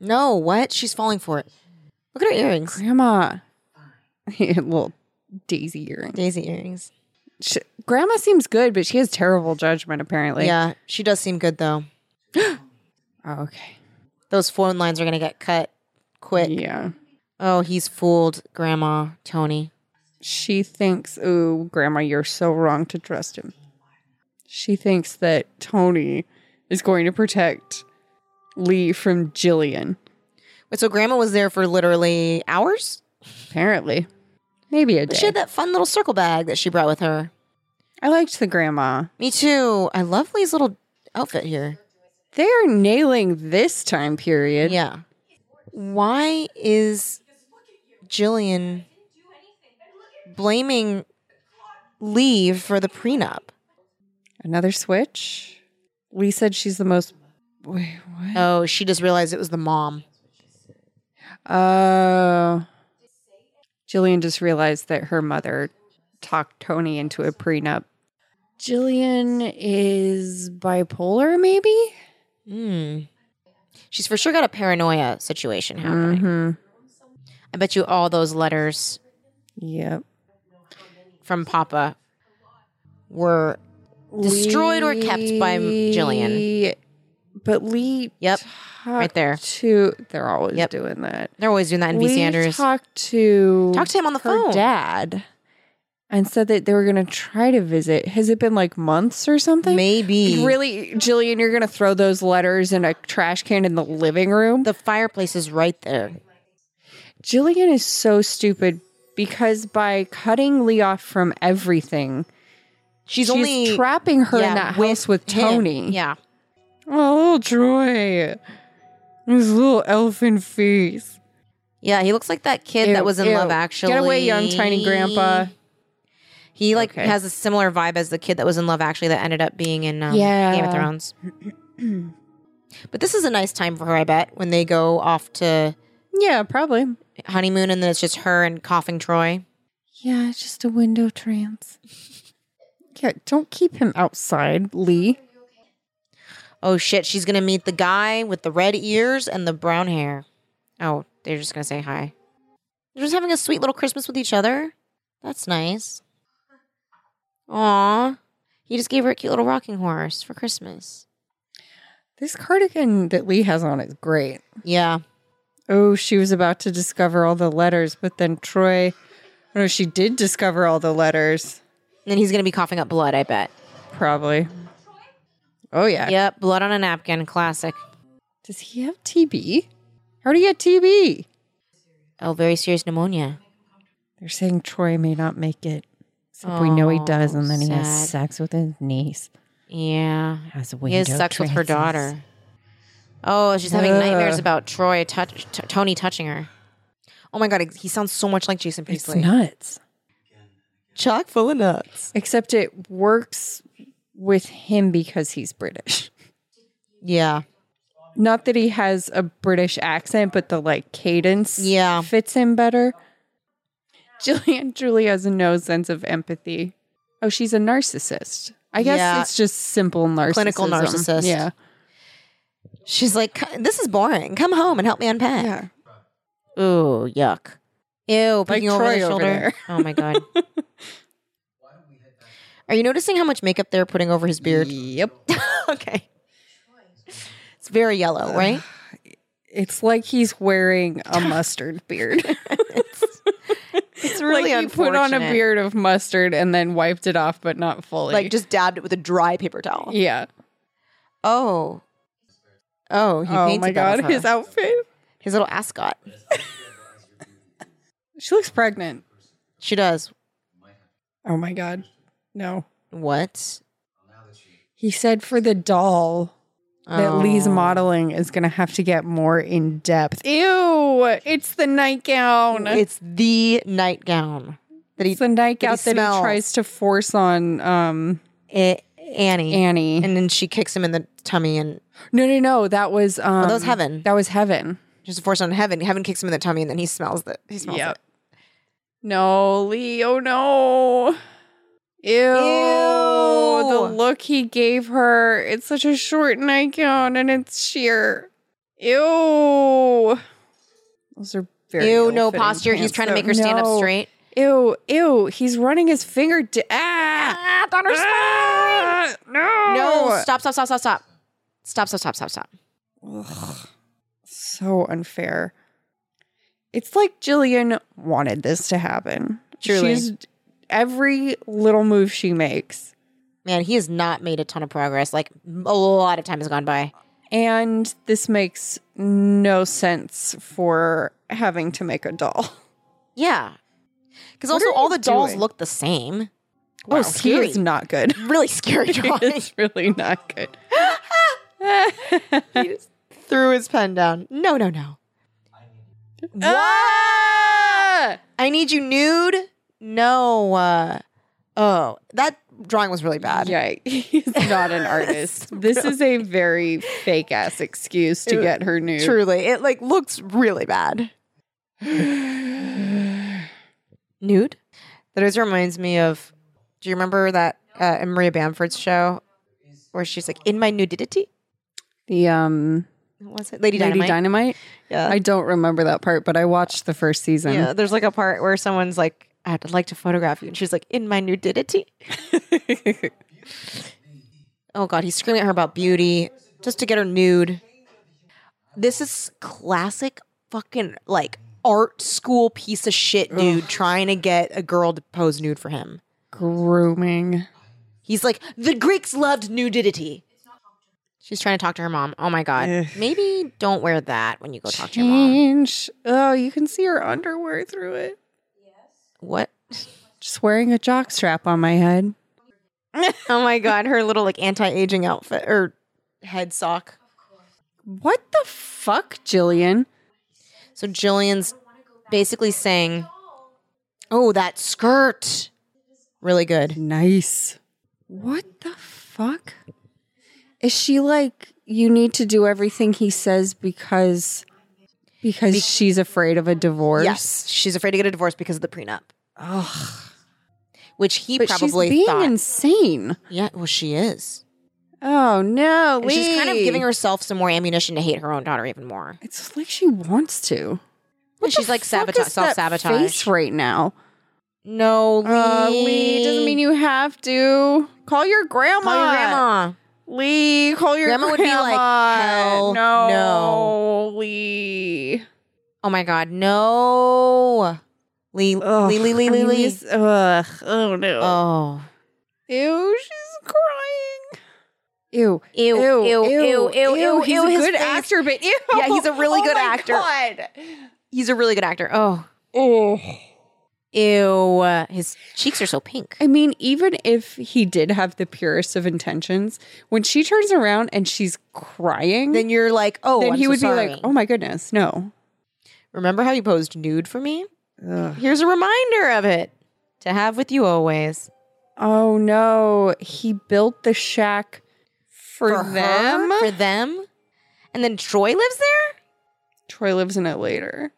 S2: No, what? She's falling for it. Look at her earrings.
S3: Grandma. Little daisy earring.
S2: Daisy earrings.
S3: Sh grandma seems good, but she has terrible judgment apparently.
S2: yeah, she does seem good though.
S3: Oh, okay.
S2: Those phone lines are gonna get cut quick.
S3: Yeah.
S2: Oh, he's fooled, Grandma Tony.
S3: She thinks, "Ooh, grandma, you're so wrong to trust him." She thinks that Tony is going to protect Lee from Jillian.
S2: Wait, so Grandma was there for literally hours.
S3: Apparently, maybe a
S2: But
S3: day.
S2: She had that fun little circle bag that she brought with her.
S3: I liked the grandma.
S2: Me too. I love Lee's little outfit here.
S3: They are nailing this time period.
S2: Yeah. Why is Jillian blaming Lee for the prenup?
S3: Another switch. Lee said she's the most. Wait, what?
S2: Oh, she just realized it was the mom.
S3: Oh. Jillian just realized that her mother talked Tony into a prenup. Jillian is bipolar, maybe?
S2: Hmm. She's for sure got a paranoia situation happening.
S3: Mm-hmm.
S2: I bet you all those letters
S3: Yep.
S2: from Papa were Destroyed or kept by Jillian?
S3: Lee- But Lee.
S2: Yep. Right there.
S3: talked To, they're always
S2: Yep.
S3: doing that.
S2: they're always doing that in
S3: Lee
S2: VC Andrews.
S3: talked to.
S2: Talk to him on the
S3: her
S2: phone.
S3: dad and said that they were going to try to visit. Has it been like months or something?
S2: Maybe
S3: Really, Jillian, you're gonna throw those letters in a trash can in the living room?
S2: the fireplace is right there.
S3: Jillian is so stupid because by cutting Lee off from everything,
S2: She's,
S3: she's
S2: only
S3: trapping her
S2: yeah,
S3: in that house with
S2: him.
S3: Tony.
S2: Yeah.
S3: Oh, little Troy, his little elfin face.
S2: Yeah, he looks like that kid
S3: Ew,
S2: that was in
S3: ew.
S2: Love Actually.
S3: Get away, young tiny grandpa.
S2: He like
S3: Okay.
S2: has a similar vibe as the kid that was in Love Actually that ended up being in um,
S3: Yeah.
S2: Game of Thrones. but this is a nice time for her, I bet, when they go off to
S3: Yeah, probably.
S2: honeymoon and then it's just her and coughing Troy.
S3: Yeah, it's just a window trance. Yeah, don't keep him outside, Lee.
S2: Oh shit, she's gonna meet the guy with the red ears and the brown hair. Oh, they're just gonna say hi. They're just having a sweet little Christmas with each other. That's nice. Aw. He just gave her a cute little rocking horse for Christmas.
S3: This cardigan that Lee has on is great.
S2: Yeah.
S3: Oh, she was about to discover all the letters, but then Troy. No, she did discover all the letters.
S2: And he's gonna be coughing up blood, I bet.
S3: Probably. Oh, yeah.
S2: Yep, blood on a napkin, classic.
S3: Does he have TB? How do you get TB?
S2: Oh, very serious pneumonia.
S3: They're saying Troy may not make it. Except we know he does, and then he
S2: sad.
S3: has sex with his niece.
S2: Yeah.
S3: Has
S2: He has sex with her daughter. Oh, she's having
S3: Ugh.
S2: nightmares about Troy, touch, t- Tony touching her. Oh my god, he sounds so much like Jason
S3: It's
S2: Priestley.
S3: nuts.
S4: Chock full of nuts.
S3: Except it works with him because he's British.
S2: yeah,
S3: Not that he has a British accent, but the like cadence
S2: yeah.
S3: fits him better. Jillian truly has no sense of empathy. Oh, she's a narcissist. I guess
S2: Yeah.
S3: it's just simple narcissism.
S2: Clinical narcissist.
S3: Yeah.
S2: She's like, this is boring. Come home and help me unpack. Ooh, yuck. Ew, peeking over
S3: Troy
S2: the
S3: over
S2: shoulder.
S3: there.
S2: oh my god. Are you noticing how much makeup they're putting over his beard?
S3: Yep.
S2: okay. It's very yellow, right?
S3: It's like he's wearing a mustard beard.
S4: It's
S2: really
S3: like he put on a
S2: unfortunate.
S3: beard of mustard and then wiped it off, but not fully.
S4: like just dabbed it with a dry paper towel.
S3: yeah.
S2: Oh. Oh, he
S3: oh
S2: painted
S3: my
S2: that of
S3: god,
S2: her.
S3: his outfit.
S2: his little ascot.
S3: She looks pregnant.
S2: She does.
S3: Oh my god. No.
S2: What?
S3: He said for the doll that Lee's
S2: Oh.
S3: modeling is going to have to get more in depth. Ew, it's the nightgown. It's,
S2: It's the nightgown that he
S3: the
S2: that
S3: nightgown
S2: he
S3: that he
S2: smells.
S3: tries to force on um
S2: A- eh, Annie.
S3: Annie.
S2: and then she kicks him in the tummy and
S3: no, no, no, that was um
S2: Oh, that was heaven.
S3: That was heaven.
S2: just force on heaven. Heaven kicks him in the tummy and then he smells the he smells
S3: Yep. No, Lee. Oh no. Ew. The
S2: Ew.
S3: look he gave her. It's such a short nightgown and it's sheer. Ew. Those are
S2: it.
S3: very
S2: Ew, no
S3: ill-fitting
S2: posture. He's
S3: pants,
S2: trying to
S3: though.
S2: make her stand up
S3: No.
S2: straight.
S3: Ew, ew. He's running his finger. Di- ah.
S2: Ah, on her
S3: Ah! No.
S2: No, stop, stop, stop, stop, stop. Stop, stop, stop, stop, stop.
S3: So unfair. It's like Jillian wanted this to happen.
S2: Truly.
S3: She's every little move she makes.
S2: Man, he has not made a ton of progress. Like a lot of time has gone by.
S3: And this makes no sense for having to make a
S2: Oh,
S3: doll.
S2: Yeah. Because
S3: What
S2: also
S3: are
S2: all
S3: you
S2: the dolls
S3: doing?
S2: look the same.
S3: Wow,
S2: oh,
S3: he
S2: scary.
S3: is not good.
S2: really scary drawing.
S3: it's really not good.
S2: Threw his pen down. No, no, no.
S3: Ah!
S2: I need you nude. No. Uh, oh, that drawing was really bad.
S3: Yeah, he's not an artist. this is a very fake ass excuse to get her nude.
S2: Truly, it like looks really bad. nude. That always reminds me of. Do you remember that uh, Maria Bamford's show where she's like in my nudity?
S3: The um
S2: What Was it Lady,
S3: Lady
S2: Dynamite?
S3: Dynamite.
S2: yeah.
S3: I don't remember that part, but I watched the first season.
S2: yeah. There's like a part where someone's like, "I'd like to photograph you," and she's like, "In my nudity." Oh god, he's screaming at her about beauty just to get her nude. This is classic fucking like art school piece of shit dude trying to get a girl to pose nude for him.
S3: Grooming.
S2: He's like, the Greeks loved nudity. She's trying to talk to her mom. Oh my god. Maybe don't wear that when you go talk to your mom.
S3: Change. Oh, you can see her underwear through it.
S2: What?
S3: Just wearing a jock strap on my head.
S2: Oh my god, her little like anti-aging outfit or head sock.
S3: What the fuck, Jillian?
S2: So Jillian's basically saying, "Oh, that skirt, really good."
S3: Nice. What the fuck? Is she like you need to do everything he says because because she's afraid of a divorce?
S2: Yes, she's afraid to get a divorce because of the prenup,
S3: Ugh.
S2: which he
S3: But
S2: probably
S3: she's being
S2: thought.
S3: insane.
S2: yeah, well, she is.
S3: Oh no,
S2: And she's kind of
S3: Lee.
S2: giving herself some more ammunition to hate her own daughter even more.
S3: It's like she wants to.
S2: And she's like sabotage, self sabotage.
S3: Face right now.
S2: no, Lee.
S3: Uh, Lee doesn't mean you have to call your grandma.
S2: Call your grandma.
S3: Lee, call your
S2: Grandma would be like,
S3: grandma.
S2: "Hell
S3: no,
S2: no."
S3: Lee.
S2: Oh my God, no, Lee, Lee, Lee, Lee, Lee, Lee.
S3: Lee's- Ugh. Oh no.
S2: Oh,
S3: Ew, she's crying. Ew.
S2: ew, ew, ew, ew, ew, ew.
S3: He's a
S2: his
S3: good
S2: face.
S3: actor, but ew.
S2: Yeah, he's a really
S3: Oh
S2: good
S3: my
S2: actor.
S3: God.
S2: He's a really good actor. Oh, ew, uh, his cheeks are so pink.
S3: I mean, even if he did have the purest of intentions, when she turns around and she's crying,
S2: Then you're like, oh,
S3: then
S2: I'm
S3: he
S2: so
S3: would
S2: sorry.
S3: be like, "Oh my goodness, no."
S2: Remember how you posed nude for me? Here's a reminder of it to have with you always.
S3: Oh no, he built the shack for,
S2: her?
S3: them.
S2: For them? And then Troy lives there?
S3: Troy lives in it later.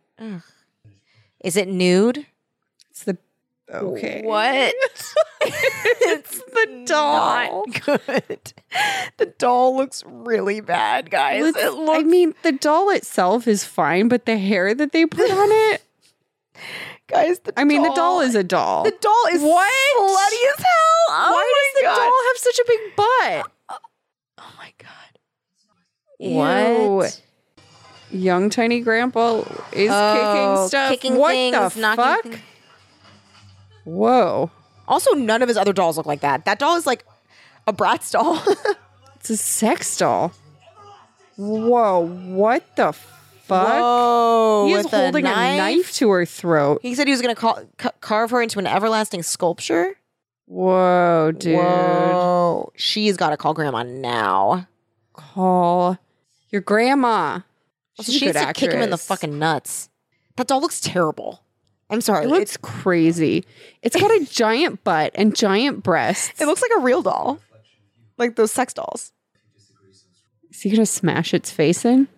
S2: Is it nude?
S3: It's the okay.
S2: What?
S3: it's the doll.
S2: good. The doll looks really bad, guys.
S3: Let's- I mean, the doll itself is fine, but the hair that they put on it.
S2: guys, the
S3: I mean, the doll is a doll.
S2: doll is
S3: What?
S2: as hell. Oh
S3: Why does the doll have such a big butt?
S2: Oh my god.
S3: What? Young tiny grandpa is kicking
S2: Oh,
S3: stuff.
S2: kicking
S3: what
S2: things,
S3: the
S2: knocking
S3: fuck?
S2: things.
S3: Whoa.
S2: Also, none of his other dolls look like that. That doll is like a Bratz doll.
S3: It's a sex doll. Whoa, what the fuck?
S2: Whoa.
S3: He is
S2: with a
S3: holding a knife to her throat.
S2: He said he was going to ca- ca- carve her into an everlasting sculpture.
S3: Whoa, dude.
S2: Whoa. She's got to call grandma now.
S3: Call your grandma.
S2: Also,
S3: She's a
S2: she needs
S3: good
S2: to kick him in the
S3: actress.
S2: fucking nuts. That doll looks terrible. I'm sorry.
S3: It looks
S2: It's-
S3: crazy. It's got a giant butt and giant breasts.
S4: It looks like a real doll, like those sex dolls.
S3: Is he gonna smash its face in?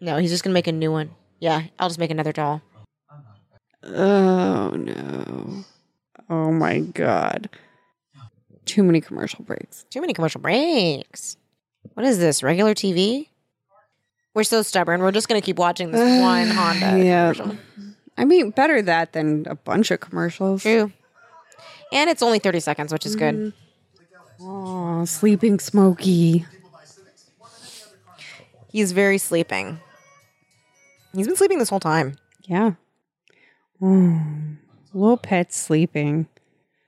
S2: no, he's just going to make a new one. Yeah, I'll just make another doll.
S3: Oh no. Oh my god. Too many commercial breaks.
S2: Too many commercial breaks. What is this? Regular TV? We're so stubborn. We're just going to keep watching this one Honda.
S3: Yeah.
S2: commercial.
S3: I mean, better that than a bunch of commercials.
S2: True. And it's only 30 seconds, which is good.
S3: Oh, sleeping Smokey.
S2: He's very sleeping. He's been sleeping this whole time.
S3: Yeah. Mm. Little pets sleeping.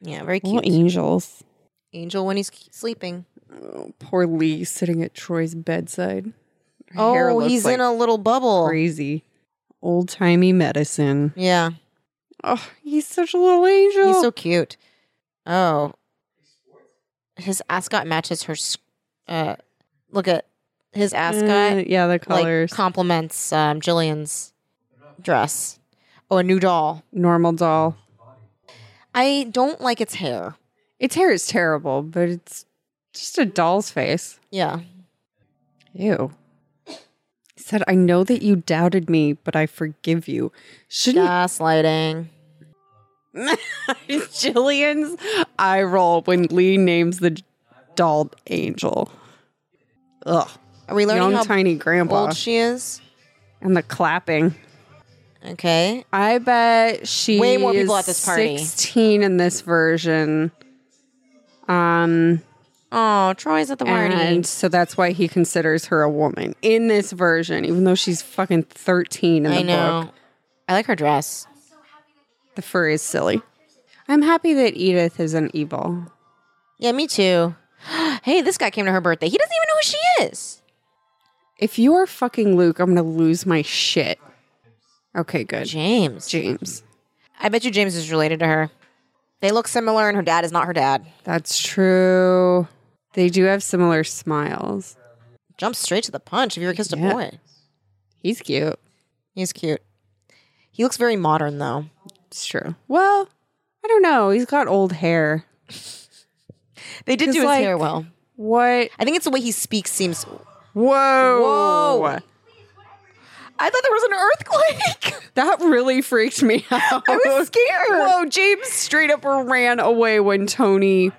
S2: Yeah, very
S3: Little
S2: cute.
S3: angels.
S2: Angel when he's k- sleeping.
S3: Oh, poor Lee sitting at Troy's bedside. Her hair
S2: Oh,
S3: looks
S2: he's in
S3: like
S2: a little bubble.
S3: crazy old timey medicine.
S2: Yeah,
S3: Oh, he's such a little angel.
S2: he's so cute. Oh, his ascot matches her. s- Uh, look at his ascot.
S3: Uh, yeah, the
S2: like
S3: colors.
S2: complements um, Jillian's dress. Oh, a new doll.
S3: Normal doll.
S2: I don't like its hair.
S3: Its hair is terrible, but it's just a doll's face.
S2: Yeah,
S3: Ew. He said, I know that you doubted me, but I forgive you. Shouldn't
S2: gaslighting.
S3: Jillian's eye roll when Lee names the doll angel. Ugh.
S2: Are we learning
S3: Young
S2: how
S3: tiny grandpa.
S2: old she is?
S3: and the clapping.
S2: Okay,
S3: I bet she
S2: Way more people
S3: is
S2: at this party.
S3: 16 in this version. Um
S2: Oh, Troy's at the party.
S3: and so that's why he considers her a woman in this version even though she's fucking 13 in the
S2: I know.
S3: book.
S2: I like her dress.
S3: The fur is silly. I'm happy that Edith isn't evil.
S2: Yeah, me too. hey, this guy came to her birthday. He doesn't even know who she is.
S3: If you are fucking Luke, I'm going to lose my shit. Okay, good.
S2: James.
S3: James.
S2: I bet you James is related to her. They look similar, and her dad is not her dad.
S3: That's true. They do have similar smiles.
S2: Jump straight to the punch if you ever kissed a
S3: Yeah.
S2: boy.
S3: He's cute.
S2: He's cute. He looks very modern, though.
S3: It's true. Well, I don't know. He's got old hair.
S2: They did
S3: He's
S2: do his
S3: like-
S2: hair well.
S3: What?
S2: I think it's the way he speaks seems.
S3: Whoa.
S2: Whoa. I thought there was an earthquake.
S3: That really freaked me out. I
S2: was scared.
S3: Whoa, James straight up ran away when Tony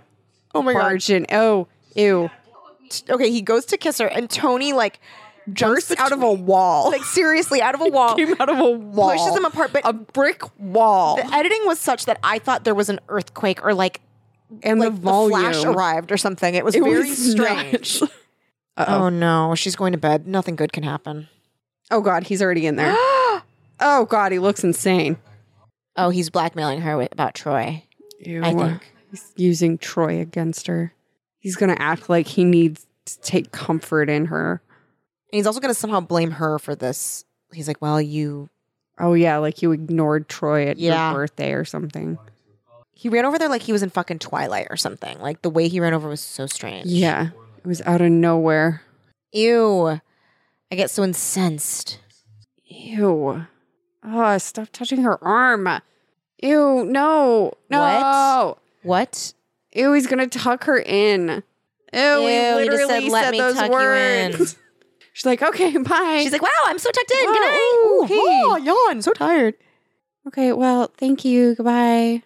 S2: oh my god.
S3: barged in. Oh, ew.
S2: Okay, he goes to kiss her, and Tony like jumps
S3: Out of a wall.
S2: like seriously out of a wall.
S3: Came out of a wall.
S2: Pushes them apart, but-
S3: a brick wall.
S2: the editing was such that I thought there was an earthquake or like
S3: and
S2: like
S3: the volume.
S2: flash arrived or something. It was
S3: It
S2: very
S3: was
S2: strange.
S3: nuts.
S2: Oh no, she's going to bed. Nothing good can happen.
S3: Oh god, he's already in there. oh god, he looks insane.
S2: Oh, he's blackmailing her wi- about Troy.
S3: Ew.
S2: I think.
S3: He's using Troy against her. He's gonna act like he needs to take comfort in her.
S2: And he's also going to somehow blame her for this. He's like, "Well, you."
S3: Oh yeah, like you ignored Troy at
S2: Yeah.
S3: your birthday or something.
S2: He ran over there like he was in fucking Twilight or something. Like the way he ran over was so strange.
S3: Yeah. It was out of nowhere.
S2: Ew. I get so incensed.
S3: Ew. Oh, stop touching her arm. Ew, no. No.
S2: What?
S3: Ew, he's gonna tuck her in. Ew,
S2: Oh,
S3: we literally said, those words. She's like, okay, bye.
S2: She's like, "Wow, I'm so tucked in.
S3: Wow,
S2: Good night."
S3: ooh, hey.
S2: yawn. So tired.
S3: okay, well, thank you. Goodbye.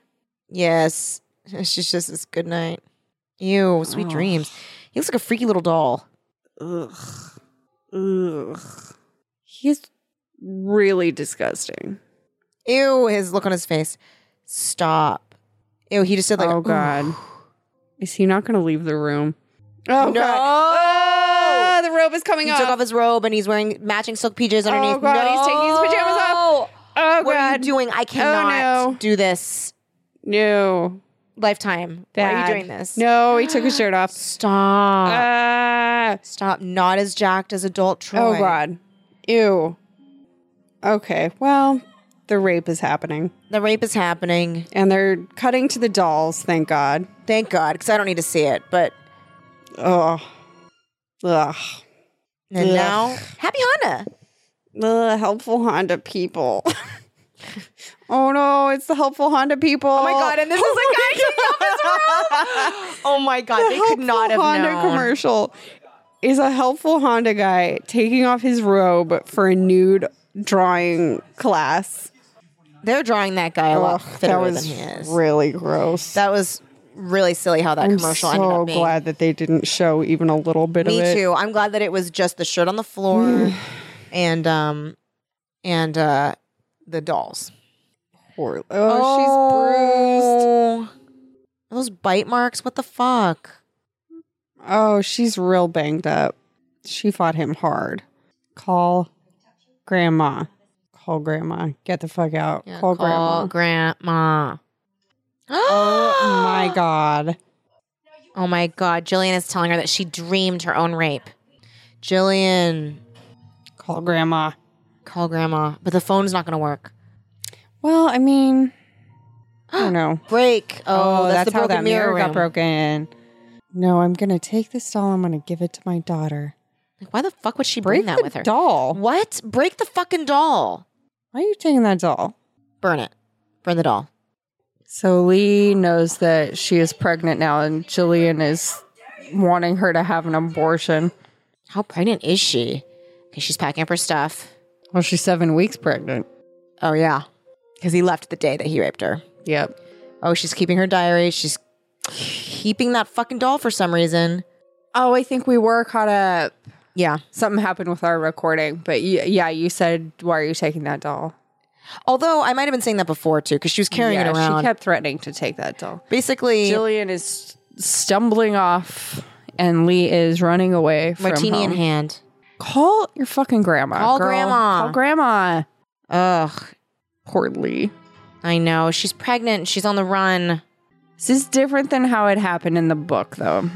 S2: Yes. She's just this good night. Ew, sweet
S3: Ugh.
S2: dreams. He looks like a freaky little doll.
S3: Ugh. Ugh. He's really disgusting.
S2: Ew, his look on his face. Stop. Ew, he just did like
S3: oh god. Is he not gonna leave the room? Oh
S2: No.
S3: god. Ah, the robe is coming
S2: He
S3: off.
S2: took off his robe and he's wearing matching silk PJs underneath.
S3: oh god, he's taking his pajamas off. Oh
S2: No. What are you
S3: god. Oh,
S2: doing? I cannot
S3: no.
S2: do this.
S3: No.
S2: Lifetime. Why are
S3: Bad.
S2: you doing this?
S3: No, he took his shirt off.
S2: Stop.
S3: Ah.
S2: Stop. Not as jacked as adult Troy.
S3: Oh god. Ew.
S4: Oh, Okay, well, the rape is happening.
S2: The rape is happening.
S4: And they're cutting to the dolls, thank God.
S2: Thank God, because I don't need to see it. But
S4: Ugh. Ugh.
S2: and
S4: Ugh.
S2: now, Happy Hana.
S4: The helpful Honda people. oh no, it's the helpful Honda people.
S5: Oh my god! And this is a guy Oh my god! They could not have
S4: Honda
S5: known.
S4: commercial is a helpful Honda guy taking off his robe for a nude drawing class.
S2: They're drawing that guy a lot
S4: Ugh,
S2: fitter
S4: that was
S2: than he is.
S4: really gross.
S2: that was really silly how that
S4: I'm
S2: commercial
S4: so
S2: ended up being.
S4: glad that they didn't show even a little bit of
S2: Me
S4: it.
S2: too. I'm glad that it was just the shirt on the floor and um and uh the dolls.
S4: Poor- Oh, she's bruised.
S2: Oh. Are those bite marks? What the fuck?
S4: Oh, she's real banged up. She fought him hard. Call grandma. Call grandma. Get the fuck out.
S2: Yeah,
S4: call, grandma.
S2: grandma.
S4: oh my god.
S2: Oh my god. Jillian is telling her that she dreamed her own rape. Jillian,
S4: Call grandma.
S2: call grandma. But the phone's not gonna work.
S4: Well, I mean, I don't know.
S2: Break. Oh, that's, the
S4: how
S2: broken
S4: that
S2: mirror,
S4: mirror got
S2: room.
S4: broken. No, I'm gonna take this doll. I'm gonna give it to my daughter.
S2: Like, why the fuck would she
S4: Break
S2: bring that
S4: the
S2: with her?
S4: doll.
S2: What? Break the fucking doll.
S4: Why are you taking that doll?
S2: Burn it. Burn the doll.
S3: So Lee knows that she is pregnant now, and Jillian is wanting her to have an abortion.
S2: How pregnant is she? Because she's packing up her stuff.
S3: Well, she's seven weeks pregnant.
S2: Oh, yeah. Because he left the day that he raped her.
S3: Yep.
S2: Oh, she's keeping her diary. She's keeping that fucking doll for some reason.
S3: Oh, I think we were caught up.
S2: Yeah.
S3: Something happened with our recording, but y- yeah, you said, "Why are you taking that doll?"
S2: Although I might have been saying that before too, because she was carrying
S3: yeah,
S2: it around.
S3: She kept threatening to take that doll.
S2: Basically,
S3: Jillian is stumbling off, and Lee is running away. From
S2: martini
S3: home.
S2: in hand.
S3: Call your fucking grandma.
S2: Call
S3: girl.
S2: grandma.
S3: Call grandma.
S2: Ugh,
S3: Poor Lee.
S2: I know. She's pregnant. She's on the run.
S3: This is different than how it happened in the book, though.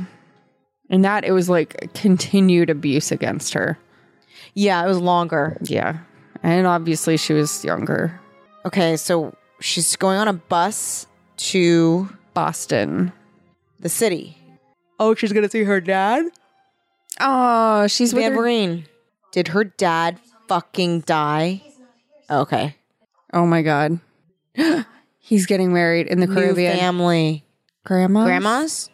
S3: In that, it was like continued abuse against her.
S2: Yeah, it was longer.
S3: Yeah. And obviously, she was younger.
S2: Okay, so she's going on a bus to
S3: Boston.
S2: the city.
S4: Oh, she's gonna see her dad.
S3: Oh, she's with
S2: Van
S3: her-
S2: Vereen. Did her dad fucking die? Okay.
S3: Oh my God. He's getting married in the
S2: New
S3: Caribbean.
S2: family.
S3: Grandma?
S2: Grandma's?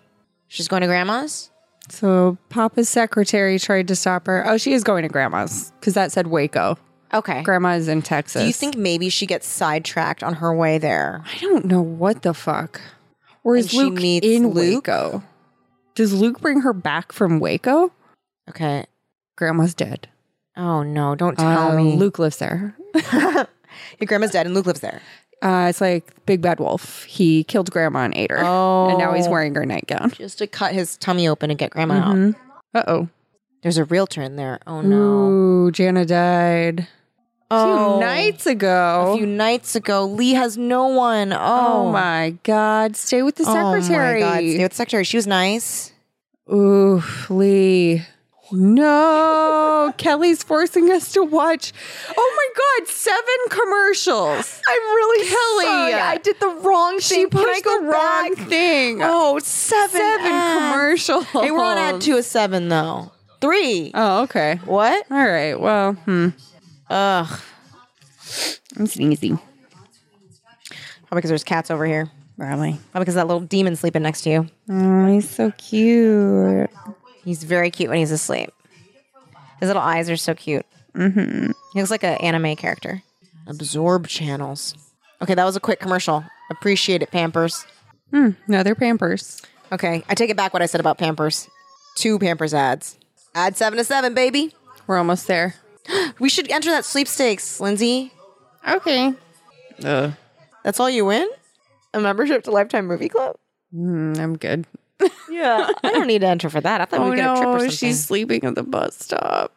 S2: She's going to grandma's?
S3: So Papa's secretary tried to stop her. Oh, she is going to grandma's because that said Waco.
S2: Okay.
S3: Grandma is in Texas.
S2: Do you think maybe she gets sidetracked on her way there?
S3: I don't know what the fuck. Or
S2: And
S3: is
S2: she
S3: Luke
S2: meets
S3: in
S2: Luke?
S3: Waco? Does Luke bring her back from Waco?
S2: Okay.
S3: Grandma's dead.
S2: Oh no, don't tell
S3: Uh,
S2: me.
S3: Luke lives there.
S2: Your grandma's dead and Luke lives there.
S3: Uh, it's like Big Bad Wolf. He killed Grandma and ate her. And now he's
S2: Oh.
S3: wearing her nightgown.
S2: Just to cut his tummy open and get grandma out.
S3: Uh oh.
S2: There's a realtor in there. Oh no.
S3: Ooh, Jana died. A
S2: oh,
S3: few nights
S2: a
S3: ago.
S2: few nights ago. Lee has no one. Oh,
S3: oh. my God. Stay with the secretary.
S2: Oh my god. Stay with the secretary. She was nice.
S3: Ooh, Lee. No, Kelly's forcing us to watch. Oh my God, seven commercials.
S5: I'm really
S3: Kelly.
S5: sorry. I did the wrong thing.
S3: She
S5: Can I
S3: pushed
S5: go
S3: the wrong
S5: back?
S3: thing.
S5: Oh, seven.
S3: seven
S5: ads.
S3: commercials.
S2: They were on ad two of seven though. Three.
S3: Oh, okay.
S2: what?
S3: All right. Well, hmm.
S2: Ugh.
S3: I'm sneezing.
S2: Probably because there's cats over here.
S3: Probably.
S2: Probably because that little demon sleeping next to you.
S3: Oh, he's so cute.
S2: He's very cute when he's asleep. His little eyes are so cute. Mm-hmm. He looks like an anime character. Absorb channels. Okay, that was a quick commercial. Appreciate it, Pampers.
S3: No, they're Pampers.
S2: Okay, I take it back what I said about Pampers. Two Pampers ads. Ad seven to seven, baby.
S3: We're almost there.
S2: We should enter that sweepstakes, Lindsay.
S3: Okay.
S2: That's all you win?
S5: A membership to Lifetime Movie Club.
S3: Hmm, I'm good.
S5: Yeah.
S2: Uh, I don't need to enter for that. I thought we'd get a trip or something.
S3: Oh sleeping at the bus stop.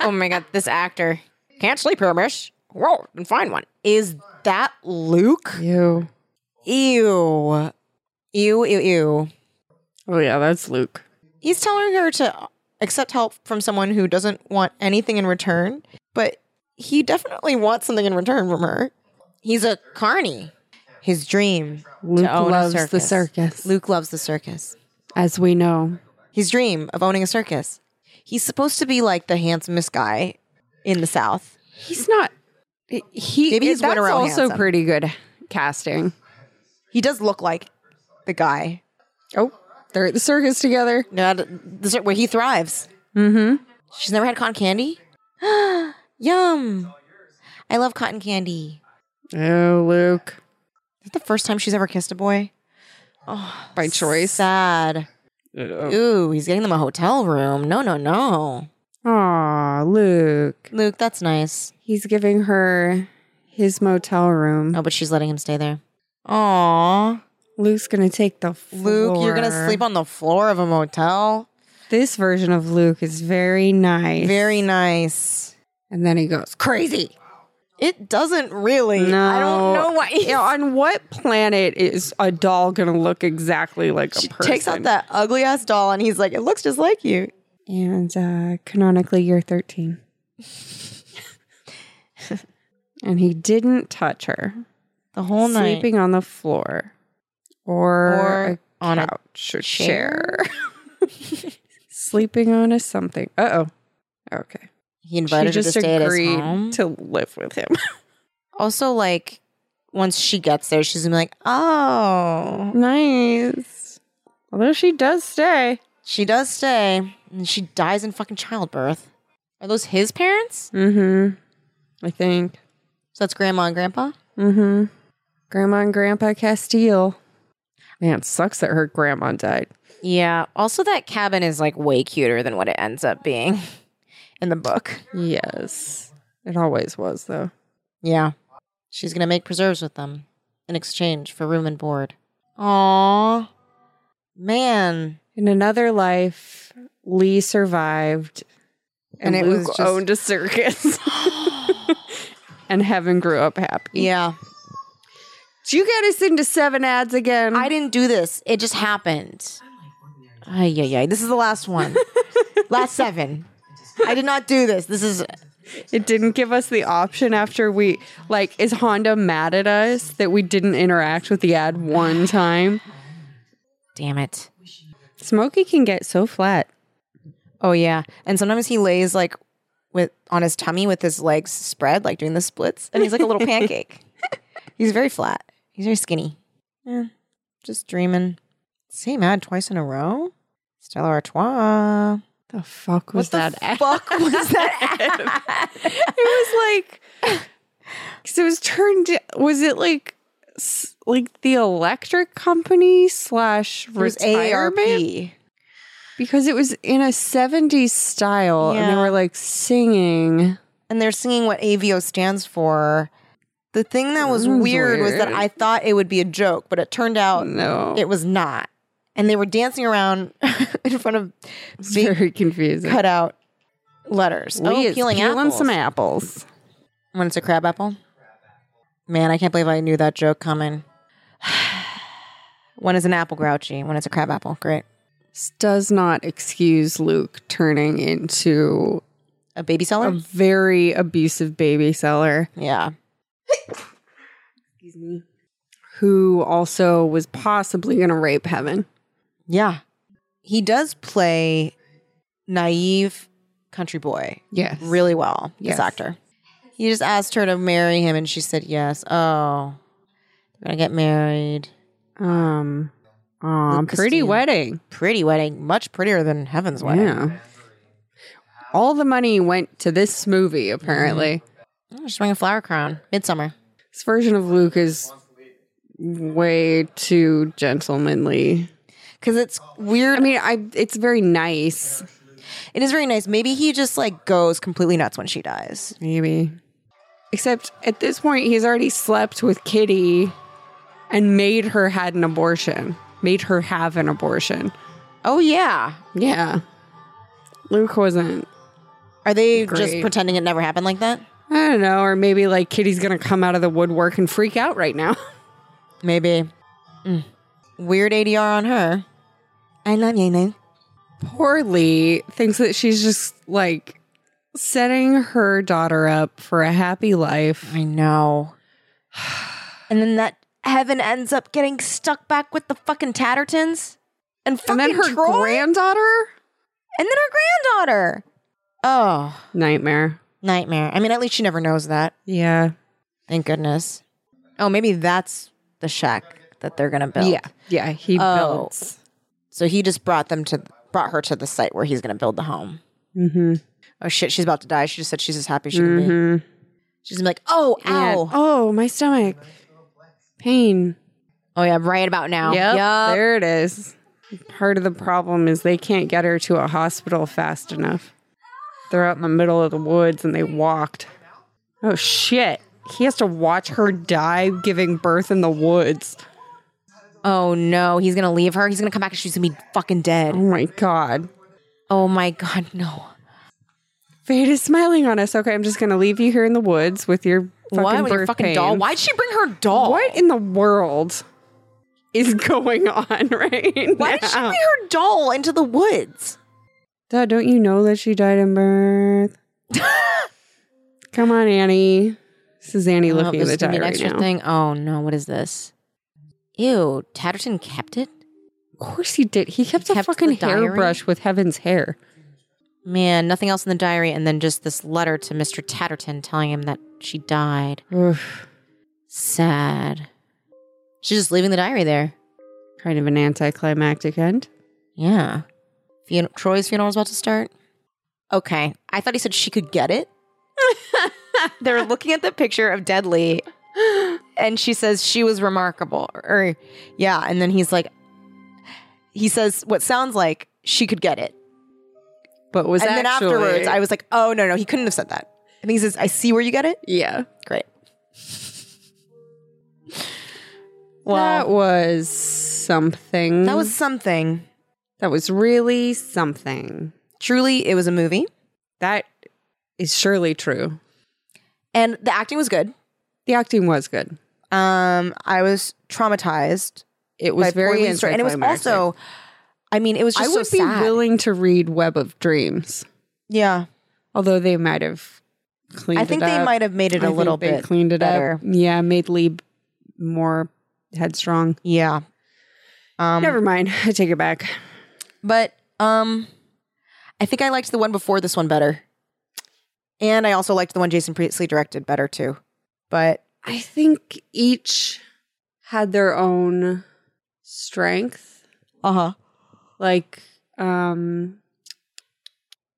S2: oh my god, this actor. Can't sleep here, miss. Roll and find one. Is that Luke?
S3: Ew.
S2: Ew. Ew, ew, ew.
S3: Oh, yeah, that's Luke.
S2: He's telling her to accept help from someone who doesn't want anything in return, but he definitely wants something in return from her. He's a carny. His dream.
S3: Luke
S2: to own a
S3: loves the circus,
S2: Luke loves the circus.
S3: as we know.
S2: His dream of owning a circus. He's supposed to be like the handsomest guy in the South.
S3: He's not. He
S2: Maybe he's
S3: that's
S2: Winter O.
S3: also
S2: Handsome.
S3: pretty good casting.
S2: He does look like the guy.
S3: Oh, they're at the circus together.
S2: Yeah, th- this is where he thrives.
S3: Mm-hmm.
S2: She's never had cotton candy? Yum. I love cotton candy.
S3: Oh, Luke,
S2: Is that the first time she's ever kissed a boy? Oh,
S3: by choice.
S2: Sad. Ooh, he's getting them a hotel room. No, no, no.
S3: Aw, Luke.
S2: Luke, that's nice.
S3: He's giving her his motel room.
S2: Oh, but she's letting him stay there. Aw.
S3: Luke's gonna take the
S2: Luke, you're going to
S3: floor.
S2: sleep on the floor of a motel?
S3: This version of Luke is very nice.
S2: Very nice.
S3: And then he goes
S2: Crazy. It doesn't really.
S3: No.
S2: I don't know why.
S3: You know, on what planet is a doll gonna look exactly like a
S2: she
S3: person?
S2: takes out that ugly ass doll and he's like, it looks just like you.
S3: And uh, canonically, you're 13. and he didn't touch her.
S2: The whole night.
S3: sleeping on the floor or,
S2: Or
S3: a
S2: on a
S3: couch or
S2: chair.
S3: chair. sleeping on a something. Uh oh. Okay.
S2: He invited her to stay at his home.
S3: to live with him.
S2: also, like, once she gets there, she's gonna be like, oh,
S3: nice. Although she does stay.
S2: she does stay, and she dies in fucking childbirth. Are those his parents?
S3: Mm hmm. I think.
S2: So that's grandma and grandpa.
S3: Mm hmm. Grandma and Grandpa Castile. Man, it sucks that her grandma died.
S2: Yeah. Also, that cabin is like way cuter than what it ends up being in the book.
S3: Yes. It always was, though.
S2: Yeah. She's gonna make preserves with them in exchange for room and board. Aww. Man.
S3: In another life, Lee survived, and,
S2: And it was
S3: Luke
S2: just-
S3: owned a circus. and Heaven grew up happy.
S2: Yeah.
S3: Did you get us into seven ads again?
S2: I didn't do this. It just happened. Ay, yeah, yeah. This is the last one. last seven. I did not do this. This is
S3: it didn't give us the option after we like. Is Honda mad at us that we didn't interact with the ad one time?
S2: damn it.
S3: Smokey can get so flat.
S2: Oh yeah. And sometimes he lays like with on his tummy with his legs spread, like doing the splits, and he's like a little pancake. He's very flat. He's very skinny. Yeah. Just dreaming. Same ad twice in a row. Stella Artois.
S3: The fuck was
S2: What
S3: that?
S2: the
S3: ad?
S2: fuck was that? ad?
S3: it was like because it was turned was it like s- like the electric company slash
S2: It was
S3: retirement
S2: AARP.
S3: because it was in a 70s style and they
S2: Yeah.
S3: were like singing
S2: and they're singing what AVO stands for. The thing that was
S3: Sounds
S2: weird, was that
S3: weird.
S2: I thought it would be a joke, but it turned
S3: Oh,
S2: out
S3: no
S2: it was not. And they were dancing around in front of
S3: it's
S2: big
S3: very confusing
S2: cutout letters.
S3: Lee
S2: oh,
S3: is
S2: peeling, apples.
S3: some apples
S2: when it's a crab apple. Man, I can't believe I knew that joke coming. when is an apple grouchy? When it's a crab apple, great.
S3: This does not excuse Luke turning into
S2: A baby seller?
S3: a very abusive baby seller
S2: yeah.
S3: who also was possibly going to rape Heaven.
S2: Yeah. He does play naive country boy.
S3: Yes.
S2: really well,
S3: Yes.
S2: this actor. He just asked her to marry him and she said yes. Oh, they're going to get married.
S3: Um, aw,
S2: Luke
S3: pretty
S2: Castillo.
S3: wedding.
S2: Pretty wedding, much prettier than Heaven's wedding.
S3: Yeah. All the money went to this movie, apparently.
S2: Oh, she's wearing a flower crown. Midsummer.
S3: This version of Luke is way too gentlemanly.
S2: Because it's weird.
S3: I mean, I it's very nice,
S2: it is very nice. Maybe he just like goes completely nuts when she dies.
S3: maybe. Except at this point, he's already slept with Kitty and made her had an abortion, made her have an abortion.
S2: Oh, yeah.
S3: Yeah. Luke wasn't
S2: Are they just
S3: Great.
S2: pretending it never happened like that?
S3: I don't know, or maybe like Kitty's gonna come out of the woodwork and freak out right now.
S2: Maybe. Mm. Weird ADR on her. I love you, Luke.
S3: Poor Lee thinks that she's just like setting her daughter up for a happy life.
S2: I know. And then that Heaven ends up getting stuck back with the fucking Tattertons and
S3: And
S2: fucking
S3: then her
S2: Troy,
S3: granddaughter?
S2: and then her granddaughter. Oh,
S3: Nightmare.
S2: nightmare. I mean, at least she never knows that.
S3: Yeah.
S2: Thank goodness. Oh, maybe that's the shack that they're gonna build.
S3: Yeah. Yeah. He
S2: Oh.
S3: builds.
S2: So he just brought them to brought her to the site where he's gonna build the home.
S3: Mm-hmm.
S2: Oh shit, she's about to die. She just said she's as happy as she can be. She's gonna be like, oh, ow.
S3: And- oh, my stomach. Pain.
S2: Oh yeah, right about now.
S3: Yep,
S2: Yup.
S3: There it is. Part of the problem is they can't get her to a hospital fast enough. They're out in the middle of the woods and they walked. Oh shit. He has to watch her die giving birth in the woods.
S2: Oh no, he's gonna leave her. He's gonna come back and she's gonna be fucking
S3: Oh
S2: dead.
S3: my god.
S2: Oh my god, no.
S3: Fade is smiling on us. Okay, I'm just gonna leave you here in the woods with your fucking
S2: What? With
S3: birth
S2: your fucking
S3: pain.
S2: doll? Why'd she bring her doll?
S3: What in the world is going on right
S2: Why
S3: now?
S2: did she bring her doll into the woods?
S3: Dad, don't you know that she died in birth? Come on, Annie. This is Annie
S2: Oh,
S3: looking at
S2: this
S3: the
S2: is gonna be
S3: diary
S2: an extra
S3: now.
S2: thing. Oh no, what is this? Ew, Tatterton kept it?
S3: Of course he did. He kept, a
S2: kept
S3: fucking
S2: the diary?
S3: hairbrush with Heaven's hair.
S2: Man, nothing else in the diary, and then just this letter to Mr. Tatterton telling him that she died.
S3: Ugh,
S2: Sad. She's just leaving the diary there.
S3: kind of an anticlimactic end.
S2: Yeah. Fun- Troy's funeral is about to start. Okay. I thought he said she could get it. They're looking at the picture of Deadly, and she says she was remarkable. Or, yeah. And then he's like, he says what sounds like she could get it.
S3: But was
S2: and
S3: actually,
S2: then afterwards, I was like, oh, no, no, he couldn't have said that. And he says, I see where you get it.
S3: yeah.
S2: Great.
S3: that
S2: Well,
S3: was something.
S2: that was something.
S3: that was really something.
S2: Truly, it was a movie,
S3: That is surely true.
S2: and the acting was good.
S3: The acting was good.
S2: Um, I was traumatized.
S3: It was
S2: by poor
S3: very
S2: Lee's story. and it was
S3: anticlimactic.
S2: also, I mean, it was
S3: I
S2: just
S3: would
S2: so
S3: be
S2: sad.
S3: willing to read Web of Dreams,
S2: yeah,
S3: although they might have cleaned.
S2: I think
S3: it
S2: they
S3: up.
S2: might have made it
S3: I
S2: a
S3: think
S2: little
S3: they
S2: bit
S3: cleaned it
S2: better.
S3: up. Yeah, made Lieb more headstrong.
S2: Yeah. Um,
S3: Never mind, I take it back.
S2: but um, I think I liked the one before this one better, and I also liked the one Jason Priestley directed better too. But
S3: I think each had their own strength.
S2: uh
S3: Uh-huh.
S2: huh.
S3: Like, um,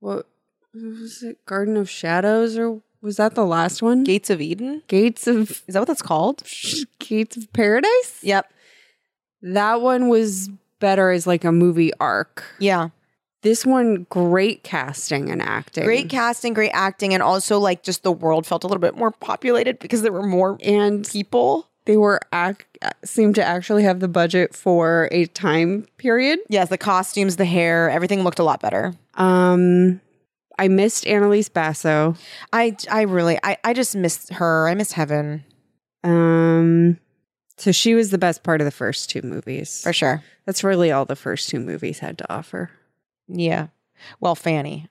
S3: what was it? Garden of Shadows, or was that the last one?
S2: Gates of Eden
S3: Gates of
S2: is that what that's called?
S3: Gates of Paradise.
S2: Yep.
S3: That one was better as like a movie arc.
S2: Yeah.
S3: This one, great casting and acting.
S2: Great casting, great acting, and also like just the world felt a little bit more populated because there were more
S3: and
S2: people.
S3: they were ac- seemed to actually have the budget for a time period.
S2: Yes, the costumes, the hair, everything looked a lot better.
S3: Um, I missed Annalise Basso.
S2: I I really I I just miss her. I miss Heaven
S3: Um, so she was the best part of the first two movies.
S2: for sure.
S3: That's really all the first two movies had to offer.
S2: Yeah. Well, Fanny,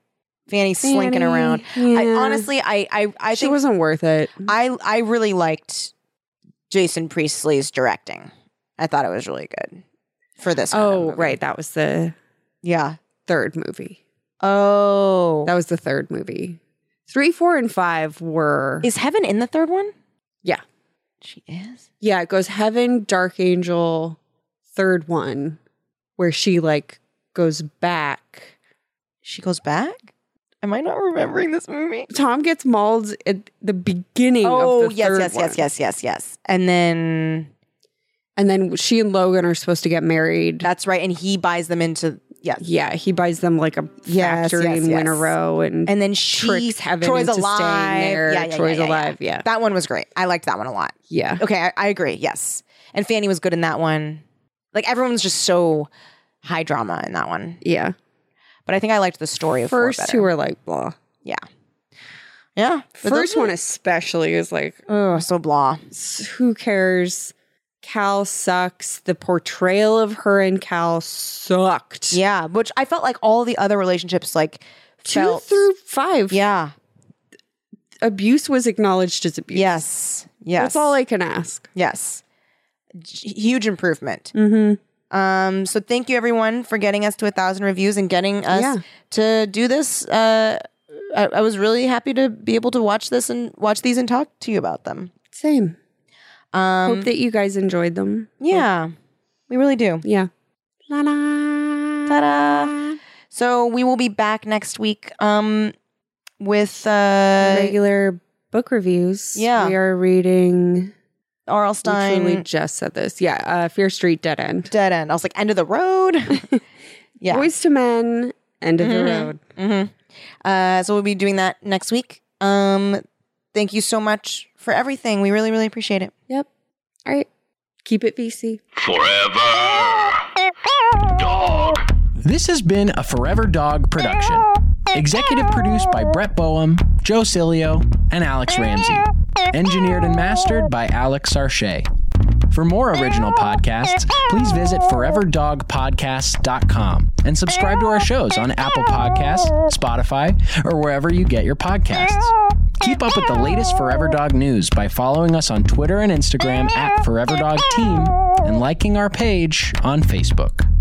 S2: Fanny slinking
S3: Annie,
S2: around. I
S3: yeah.
S2: honestly I I I
S3: she
S2: think
S3: wasn't worth it.
S2: I I really liked Jason Priestley's directing. I thought it was really good for this. kind of
S3: oh,
S2: movie.
S3: right, that was the
S2: Yeah.
S3: third movie.
S2: Oh.
S3: That was the third movie. Three, four, and five were
S2: Is Heaven in the third one?
S3: Yeah.
S2: She is?
S3: Yeah, it goes heaven, dark angel, third one, where she like goes back.
S2: She goes back? Am I not remembering this movie?
S3: Tom gets mauled at the beginning.
S2: Oh,
S3: of the
S2: yes,
S3: third
S2: yes,
S3: one.
S2: yes, yes, yes, yes. And then
S3: And then she and Logan are supposed to get married.
S2: that's right. And he buys them into, yeah.
S3: yeah, he buys them like a
S2: Yes,
S3: factory
S2: yes,
S3: in
S2: yes.
S3: Winter Row, and,
S2: And then she,
S3: tricks heaven
S2: Troy's
S3: into
S2: alive.
S3: staying there.
S2: Yeah, yeah,
S3: Troy's
S2: yeah, yeah, yeah.
S3: alive. Yeah,
S2: That one was great. I liked that one a lot.
S3: yeah.
S2: Okay, I, I agree. Yes. And Fanny was good in that one. Like everyone's just so high drama in that one.
S3: Yeah.
S2: But I think I liked the story of four
S3: First two
S2: better.
S3: are like blah.
S2: yeah. But those
S3: First
S2: were-
S3: one especially is like
S2: oh, so blah.
S3: s- who cares? Cal sucks. The portrayal of her and Cal sucked.
S2: Yeah, which I felt like all the other relationships, like
S3: Two
S2: felt.
S3: through five.
S2: Yeah.
S3: Abuse was acknowledged as abuse.
S2: Yes. Yes.
S3: That's all I can ask.
S2: Yes. J- huge improvement.
S3: Mm-hmm.
S2: Um, so thank you everyone for getting us to a thousand reviews and getting us
S3: Yeah.
S2: to do this. Uh, I, I was really happy to be able to watch this and watch these and talk to you about them.
S3: Same.
S2: Um,
S3: Hope that you guys enjoyed them.
S2: yeah, we really do.
S3: Yeah. La-da.
S2: Ta-da. So we will be back next week. Um, with uh,
S3: Regular book reviews.
S2: Yeah.
S3: We are reading.
S2: R.L.
S3: Literally
S2: Stein,
S3: just said this. Yeah. Uh, Fear Street Dead End.
S2: Dead End. I was like, End of the Road. yeah.
S3: Boys to Men. End of the
S2: Mhm.
S3: Road.
S2: hmm Uh, so we'll be doing that next week. Um, thank you so much for everything. We really, really appreciate it.
S3: Yep. All right. Keep it VC.
S1: Forever. Dog.
S6: This has been a Forever Dog production. Executive produced by Brett Boehm, Joe Cilio, and Alex Ramsey. Engineered and mastered by Alex Sarche. For more original podcasts, please visit foreverdogpodcasts.com and subscribe to our shows on Apple Podcasts, Spotify, or wherever you get your podcasts. Keep up with the latest Forever Dog news by following us on Twitter and Instagram at Forever Dog Team and liking our page on Facebook.